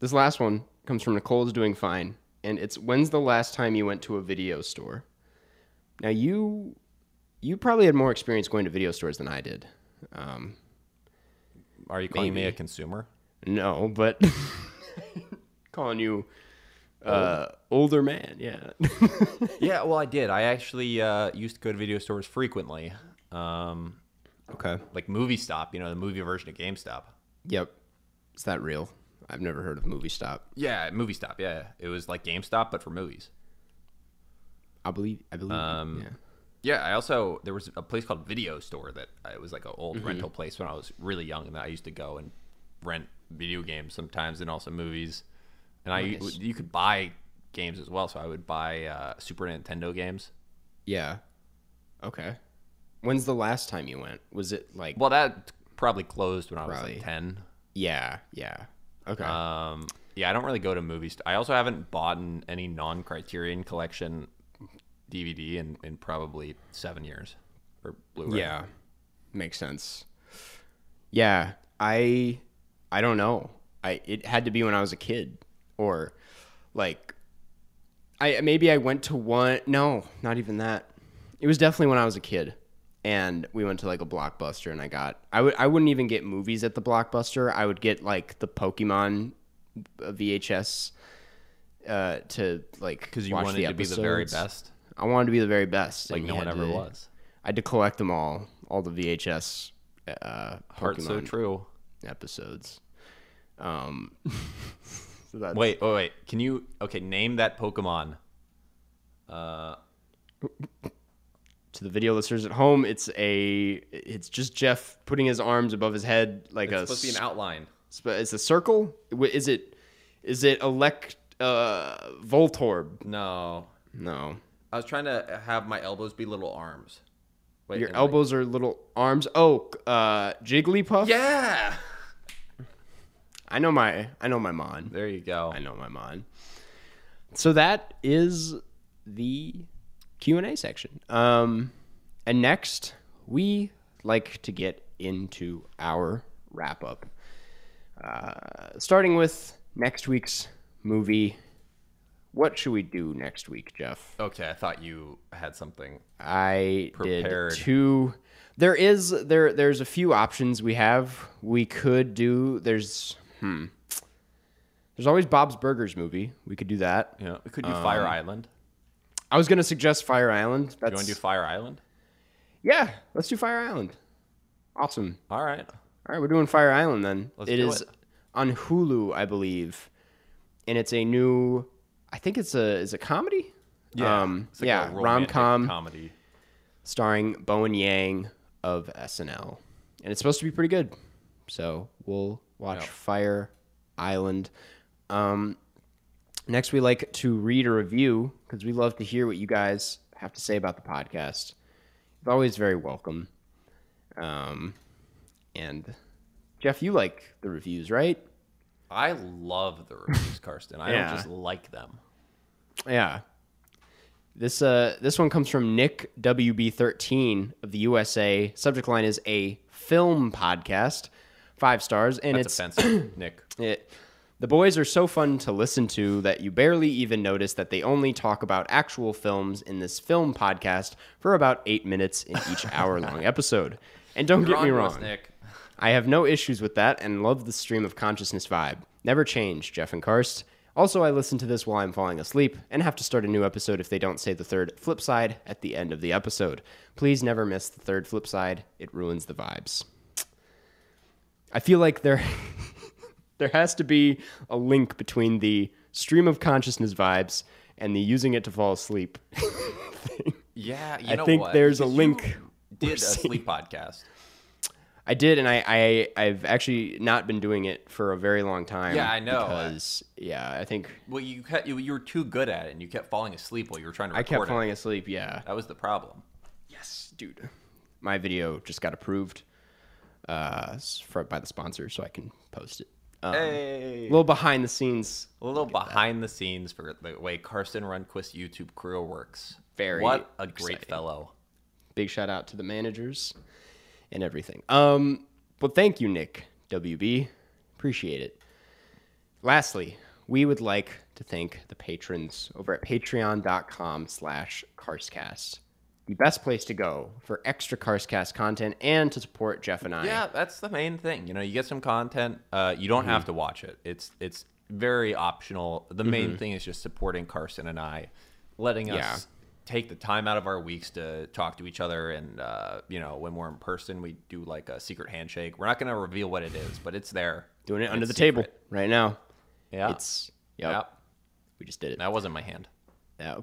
[SPEAKER 1] This last one comes from Nicole's doing fine, and it's when's the last time you went to a video store? Now you, you probably had more experience going to video stores than I did. Um,
[SPEAKER 2] Are you calling me a consumer?
[SPEAKER 1] no, but [laughs] calling you uh, older man, yeah. [laughs]
[SPEAKER 2] yeah, well, I did. I actually uh, used to go to video stores frequently, um,
[SPEAKER 1] okay.
[SPEAKER 2] like Movie Stop, you know, the movie version of GameStop.
[SPEAKER 1] Yep. Is that real? I've never heard of Movie Stop.
[SPEAKER 2] Yeah, Movie Stop. Yeah, it was like GameStop but for movies.
[SPEAKER 1] I believe. I believe. Um, yeah.
[SPEAKER 2] Yeah, I also there was a place called Video Store that uh, it was like an old rental place when I was really young, and I used to go and rent video games sometimes, and also movies. And I
[SPEAKER 1] Nice.
[SPEAKER 2] you could buy games as well, so I would buy uh, Super Nintendo games.
[SPEAKER 1] Yeah. Okay. When's the last time you went? Was it like?
[SPEAKER 2] Well, that probably closed when I was
[SPEAKER 1] Probably.
[SPEAKER 2] like ten.
[SPEAKER 1] yeah. Yeah. Okay.
[SPEAKER 2] Um, yeah, I don't really go to movies. I also haven't bought an- any non-Criterion collection DVD in, in probably seven years or Blu-ray.
[SPEAKER 1] yeah. Makes sense. Yeah. I. I don't know. I. It had to be when I was a kid, or, like, I maybe I went to one. No, not even that. It was definitely when I was a kid, and we went to like a blockbuster, and I got I would I wouldn't even get movies at the blockbuster. I would get like the Pokemon uh, VHS uh, to like
[SPEAKER 2] because you
[SPEAKER 1] watch
[SPEAKER 2] wanted
[SPEAKER 1] the
[SPEAKER 2] to be the very
[SPEAKER 1] episodes.
[SPEAKER 2] best,
[SPEAKER 1] I wanted to be the very best.
[SPEAKER 2] like
[SPEAKER 1] and
[SPEAKER 2] no
[SPEAKER 1] you
[SPEAKER 2] one
[SPEAKER 1] had
[SPEAKER 2] ever
[SPEAKER 1] to-
[SPEAKER 2] was.
[SPEAKER 1] I had to collect them all, all the VHS uh,
[SPEAKER 2] Heart so
[SPEAKER 1] Pokemon
[SPEAKER 2] true.
[SPEAKER 1] episodes. Um, [laughs] so that's,
[SPEAKER 2] Wait, oh wait, can you? Okay, name that Pokemon.
[SPEAKER 1] to the video listeners at home, it's a it's just Jeff putting his arms above his head like
[SPEAKER 2] It's
[SPEAKER 1] a
[SPEAKER 2] supposed to be an outline.
[SPEAKER 1] sp- it's a circle. Wh- Is it is it elect uh Voltorb?
[SPEAKER 2] No,
[SPEAKER 1] No.
[SPEAKER 2] I was trying to have my elbows be little arms. Wait,
[SPEAKER 1] Your
[SPEAKER 2] am I-
[SPEAKER 1] elbows are little arms. Oh, uh Jigglypuff.
[SPEAKER 2] Yeah.
[SPEAKER 1] I know my I know my mon.
[SPEAKER 2] There you go.
[SPEAKER 1] I know my mon. So that is the Q&A section. Um and next we like to get into our wrap up. Uh, starting with next week's movie. What should we do next week, Jeff?
[SPEAKER 2] Okay, I thought you had something.
[SPEAKER 1] I
[SPEAKER 2] Prepared.
[SPEAKER 1] did two. There is there there's a few options we have. We could do there's hmm. There's always Bob's Burgers movie. We could do that.
[SPEAKER 2] You know, we could do Fire Island.
[SPEAKER 1] I was gonna suggest Fire Island. That's
[SPEAKER 2] You want to do Fire Island?
[SPEAKER 1] yeah. Let's do Fire Island. Awesome.
[SPEAKER 2] All right.
[SPEAKER 1] All right, we're doing Fire Island then.
[SPEAKER 2] Let's
[SPEAKER 1] It
[SPEAKER 2] do
[SPEAKER 1] is
[SPEAKER 2] it.
[SPEAKER 1] on Hulu, I believe, and it's a new. I think it's a is a comedy. um,
[SPEAKER 2] It's like a
[SPEAKER 1] yeah,
[SPEAKER 2] romantic
[SPEAKER 1] rom com.
[SPEAKER 2] comedy.
[SPEAKER 1] starring Bowen Yang of SNL. And it's supposed to be pretty good. So we'll watch Fire Island. Um, next, we like to read a review because we love to hear what you guys have to say about the podcast. It's always very welcome. Um, and Jeff, you like the reviews, right?
[SPEAKER 2] I love the reviews, Karsten. I
[SPEAKER 1] Yeah.
[SPEAKER 2] don't just like them.
[SPEAKER 1] Yeah. This uh this one comes from Nick WB13 of the USA. Subject line is a film podcast. Five stars and
[SPEAKER 2] That's
[SPEAKER 1] it's [clears throat]
[SPEAKER 2] offensive, Nick.
[SPEAKER 1] it, the boys are so fun to listen to that you barely even notice that they only talk about actual films in this film podcast for about eight minutes in
[SPEAKER 2] [laughs]
[SPEAKER 1] each hour long episode. And don't get me
[SPEAKER 2] You're on to us,
[SPEAKER 1] wrong,
[SPEAKER 2] Nick.
[SPEAKER 1] I have no issues with that and love the stream of consciousness vibe. Never change, Jeff and Karst. Also, I listen to this while I'm falling asleep and have to start a new episode if they don't say the third flip side at the end of the episode. Please never miss the third flip side, it ruins the vibes. I feel like there [laughs] there has to be a link between the stream of consciousness vibes and the using it to fall asleep. [laughs]
[SPEAKER 2] Yeah, you
[SPEAKER 1] I
[SPEAKER 2] know
[SPEAKER 1] think
[SPEAKER 2] what?
[SPEAKER 1] there's a
[SPEAKER 2] Because you
[SPEAKER 1] link [laughs]
[SPEAKER 2] Did a sleep podcast?
[SPEAKER 1] I did, and I, I I've actually not been doing it for a very long time.
[SPEAKER 2] Yeah, I know.
[SPEAKER 1] Because yeah, I think
[SPEAKER 2] Well, you kept, you, you were too good at it, and you kept falling asleep while you were trying to
[SPEAKER 1] I
[SPEAKER 2] record
[SPEAKER 1] kept
[SPEAKER 2] it.
[SPEAKER 1] falling asleep. Yeah.
[SPEAKER 2] That was the problem.
[SPEAKER 1] Yes, dude. My video just got approved uh, s- for, by the sponsor, so I can post it. Um, A
[SPEAKER 2] Hey,
[SPEAKER 1] little behind the scenes.
[SPEAKER 2] a little behind the scenes for the way Carson Runquist YouTube career works.
[SPEAKER 1] Very
[SPEAKER 2] what a great
[SPEAKER 1] exciting.
[SPEAKER 2] fellow.
[SPEAKER 1] Big shout out to the managers and everything. Um, but thank you, Nick WB. Appreciate it. Lastly, we would like to thank the patrons over at patreon.com slash Karstcast. The best place to go for extra Karstcast content and to support Jeff and I.
[SPEAKER 2] Yeah, that's the main thing. You know, you get some content. Uh, you don't
[SPEAKER 1] Mm-hmm.
[SPEAKER 2] have to watch it. It's it's very optional. The main thing is just supporting Carson and I, letting us
[SPEAKER 1] Mm-hmm. Yeah.
[SPEAKER 2] take the time out of our weeks to talk to each other. And uh, you know, when we're in person, we do like a secret handshake. We're not going to reveal what it is, but it's there.
[SPEAKER 1] Doing it
[SPEAKER 2] And
[SPEAKER 1] under the
[SPEAKER 2] it's
[SPEAKER 1] table
[SPEAKER 2] secret.
[SPEAKER 1] right now.
[SPEAKER 2] Yeah,
[SPEAKER 1] It's, yep,
[SPEAKER 2] yeah.
[SPEAKER 1] we just did it.
[SPEAKER 2] That wasn't my hand.
[SPEAKER 1] [laughs] Yeah.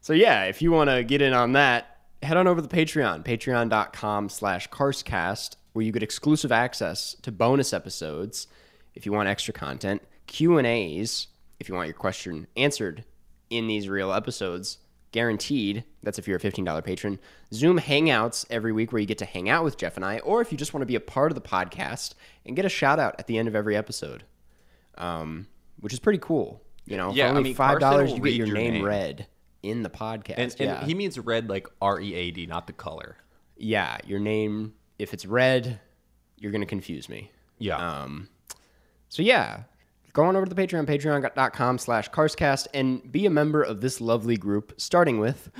[SPEAKER 1] so yeah, if you want to get in on that, head on over to Patreon, patreon.com slash Karstcast, where you get exclusive access to bonus episodes if you want extra content, Q&As if you want your question answered in these real episodes, guaranteed. That's if you're a $15 patron. Zoom hangouts every week where you get to hang out with Jeff and I, or if you just want to be a part of the podcast and get a shout out at the end of every episode um, which is pretty cool. You know,
[SPEAKER 2] Yeah, I
[SPEAKER 1] for only
[SPEAKER 2] mean,
[SPEAKER 1] five
[SPEAKER 2] Carson
[SPEAKER 1] dollars,
[SPEAKER 2] will
[SPEAKER 1] you get
[SPEAKER 2] read
[SPEAKER 1] your,
[SPEAKER 2] your
[SPEAKER 1] name,
[SPEAKER 2] name.
[SPEAKER 1] read in the podcast.
[SPEAKER 2] And, and
[SPEAKER 1] yeah,
[SPEAKER 2] he means red like R E A D, not the color.
[SPEAKER 1] yeah, your name. If it's read, you're gonna confuse me.
[SPEAKER 2] Yeah.
[SPEAKER 1] Um, so yeah, go on over to the Patreon, patreon.com slash Carscast, and be a member of this lovely group, starting with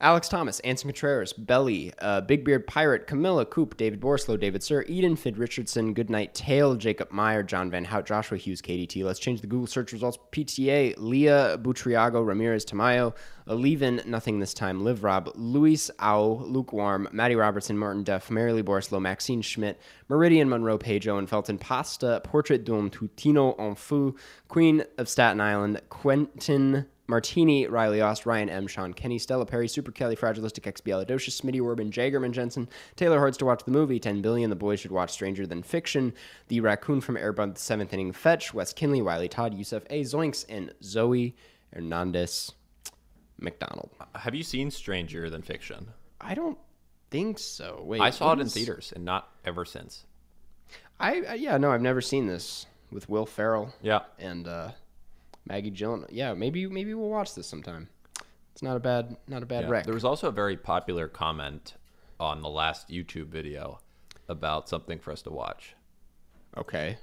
[SPEAKER 1] Alex Thomas, Anson Contreras, Belly, uh, Big Beard Pirate, Camilla, Coop, David Borslow, David Sir, Eden, Fid Richardson, Goodnight Tail, Jacob Meyer, John Van Hout, Joshua Hughes, KDT. Let's change the Google search results. PTA, Leah Butriago, Ramirez Tamayo, Alevin, Nothing This Time, Live Rob, Luis Au, Lukewarm, Maddie Robertson, Martin Duff, Marilee Borslow, Maxine Schmidt, Meridian Monroe, Pedro and Felton, Pasta, Portrait d'Homme, Tutino Onfu, Queen of Staten Island, Quentin Martini, Riley Ost, Ryan M, Sean Kenny, Stella Perry, Super Kelly, Fragilistic Expialidocious, Smitty Warbin, Jagerman Jensen, Taylor Hards to watch the movie, 10 billion, The Boys Should Watch Stranger Than Fiction, The Raccoon from Airbud, The Seventh Inning Fetch, Wes Kinley, Wiley Todd, Yusef A. Zoinks, and Zoe Hernandez McDonald.
[SPEAKER 2] Have you seen Stranger Than Fiction?
[SPEAKER 1] I don't think so. Wait,
[SPEAKER 2] I saw it in
[SPEAKER 1] who's-
[SPEAKER 2] theaters and not ever since.
[SPEAKER 1] I, I yeah, no, I've never seen this with Will Ferrell.
[SPEAKER 2] Yeah.
[SPEAKER 1] and uh, Maggie Gyllenhaal. Yeah, maybe maybe we'll watch this sometime. It's not a bad not a bad
[SPEAKER 2] Yeah,
[SPEAKER 1] wreck.
[SPEAKER 2] There was also a very popular comment on the last YouTube video about something for us to watch.
[SPEAKER 1] Okay,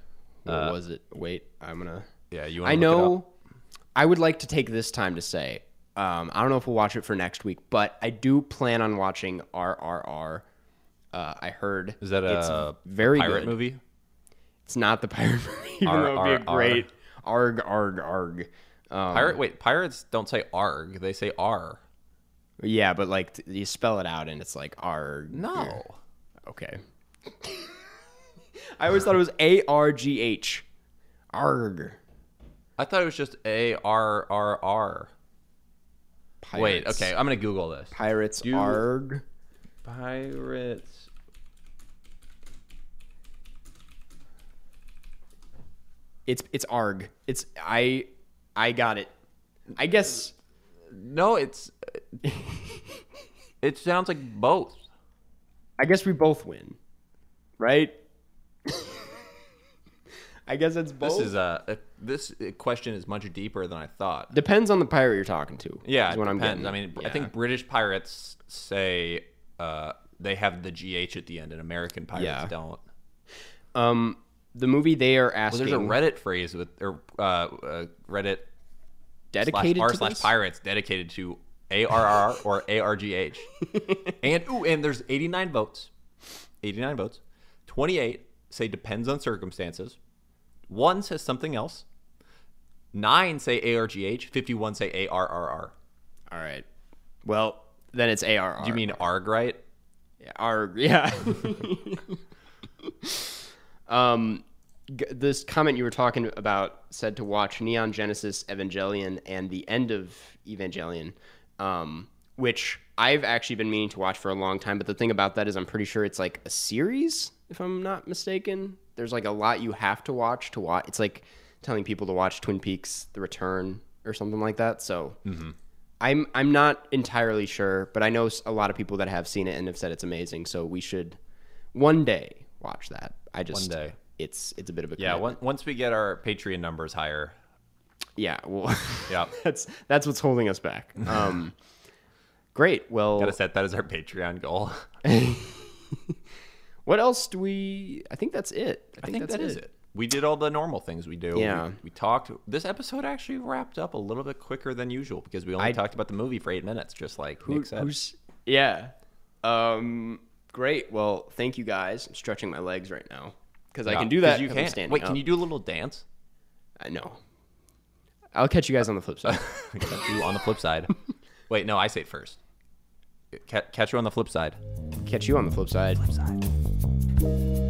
[SPEAKER 1] what was it? Wait, I'm gonna.
[SPEAKER 2] Yeah, you.
[SPEAKER 1] Uh,
[SPEAKER 2] Wanna
[SPEAKER 1] I
[SPEAKER 2] look it up?
[SPEAKER 1] know. I would like to take this time to say, um, I don't know if we'll watch it for next week, but I do plan on watching RRR. Uh, I heard
[SPEAKER 2] Is that
[SPEAKER 1] it's
[SPEAKER 2] a
[SPEAKER 1] very
[SPEAKER 2] pirate
[SPEAKER 1] good.
[SPEAKER 2] movie?
[SPEAKER 1] It's not the pirate [laughs] movie, even though it'd be a
[SPEAKER 2] RRR.
[SPEAKER 1] great arg arg arg. Um,
[SPEAKER 2] Pirate. Wait, pirates don't say arg. They say r.
[SPEAKER 1] yeah, but like t- you spell it out and it's like arg.
[SPEAKER 2] No.
[SPEAKER 1] Okay. [laughs] I always thought it was A R G H. Arg.
[SPEAKER 2] I thought it was just a r r r.
[SPEAKER 1] Pirates.
[SPEAKER 2] Wait. Okay, I'm gonna Google this.
[SPEAKER 1] Pirates
[SPEAKER 2] You-
[SPEAKER 1] arg.
[SPEAKER 2] Pirates.
[SPEAKER 1] It's it's arg. It's I I got it. I guess
[SPEAKER 2] No, it's. it sounds like both.
[SPEAKER 1] I guess we both win. Right? [laughs] I guess it's both.
[SPEAKER 2] This is a, a this question is much deeper than I thought.
[SPEAKER 1] depends on the pirate you're talking to.
[SPEAKER 2] Yeah,
[SPEAKER 1] is
[SPEAKER 2] it
[SPEAKER 1] what I'm
[SPEAKER 2] depends.
[SPEAKER 1] getting.
[SPEAKER 2] I
[SPEAKER 1] at.
[SPEAKER 2] mean, I
[SPEAKER 1] Yeah.
[SPEAKER 2] think British pirates say uh, they have the GH at the end, and American pirates
[SPEAKER 1] Yeah.
[SPEAKER 2] don't.
[SPEAKER 1] um, the movie they are
[SPEAKER 2] Well,
[SPEAKER 1] asking
[SPEAKER 2] there's a Reddit phrase with or uh, uh, Reddit slash
[SPEAKER 1] dedicated
[SPEAKER 2] r
[SPEAKER 1] to
[SPEAKER 2] slash
[SPEAKER 1] this?
[SPEAKER 2] pirates dedicated to ARR or
[SPEAKER 1] [laughs]
[SPEAKER 2] ARGH, and ooh, and there's 89 votes, 89 votes, 28 say depends on circumstances, one says something else, nine say ARGH, 51 say ARRR.
[SPEAKER 1] All right. Well, then it's ARR.
[SPEAKER 2] You mean ARG right?
[SPEAKER 1] Yeah, our [laughs] yeah. um, g- this comment you were talking about said to watch Neon Genesis Evangelion and the end of Evangelion, um, which I've actually been meaning to watch for a long time. But the thing about that is, I'm pretty sure it's like a series, if I'm not mistaken. There's like a lot you have to watch to watch. It's like telling people to watch Twin Peaks: The Return or something like that. So.
[SPEAKER 2] Mm-hmm.
[SPEAKER 1] I'm I'm not entirely sure, but I know s- a lot of people that have seen it and have said it's amazing. So we should one day watch that. I just
[SPEAKER 2] One day.
[SPEAKER 1] it's it's a bit of a
[SPEAKER 2] Yeah.
[SPEAKER 1] commitment.
[SPEAKER 2] on- once we get our Patreon numbers higher,
[SPEAKER 1] yeah. Well,
[SPEAKER 2] yeah,
[SPEAKER 1] [laughs] that's that's what's holding us
[SPEAKER 2] [laughs]
[SPEAKER 1] back. Um, great. Well,
[SPEAKER 2] gotta set that as our Patreon goal.
[SPEAKER 1] what else do we? I think that's it. I think,
[SPEAKER 2] [laughs]
[SPEAKER 1] that's
[SPEAKER 2] that is We did all the normal things we do.
[SPEAKER 1] Yeah.
[SPEAKER 2] We, we talked. This episode actually wrapped up a little bit quicker than usual because we only
[SPEAKER 1] I-
[SPEAKER 2] talked about the movie for eight minutes, just like Nick said.
[SPEAKER 1] Who's, yeah. Um, great. Well, thank you guys. I'm stretching my legs right now because I
[SPEAKER 2] Yeah,
[SPEAKER 1] can do
[SPEAKER 2] 'cause
[SPEAKER 1] that.
[SPEAKER 2] You
[SPEAKER 1] 'cause I'm
[SPEAKER 2] can.
[SPEAKER 1] standing
[SPEAKER 2] Wait,
[SPEAKER 1] up.
[SPEAKER 2] can you do a little dance? [laughs]
[SPEAKER 1] I know. I'll catch you guys on the flip
[SPEAKER 2] [laughs]
[SPEAKER 1] side.
[SPEAKER 2] Catch you on the flip
[SPEAKER 1] [laughs]
[SPEAKER 2] side. Wait, no, I say it first. Ca- Catch you on the flip side.
[SPEAKER 1] catch you on the flip side.
[SPEAKER 2] Side.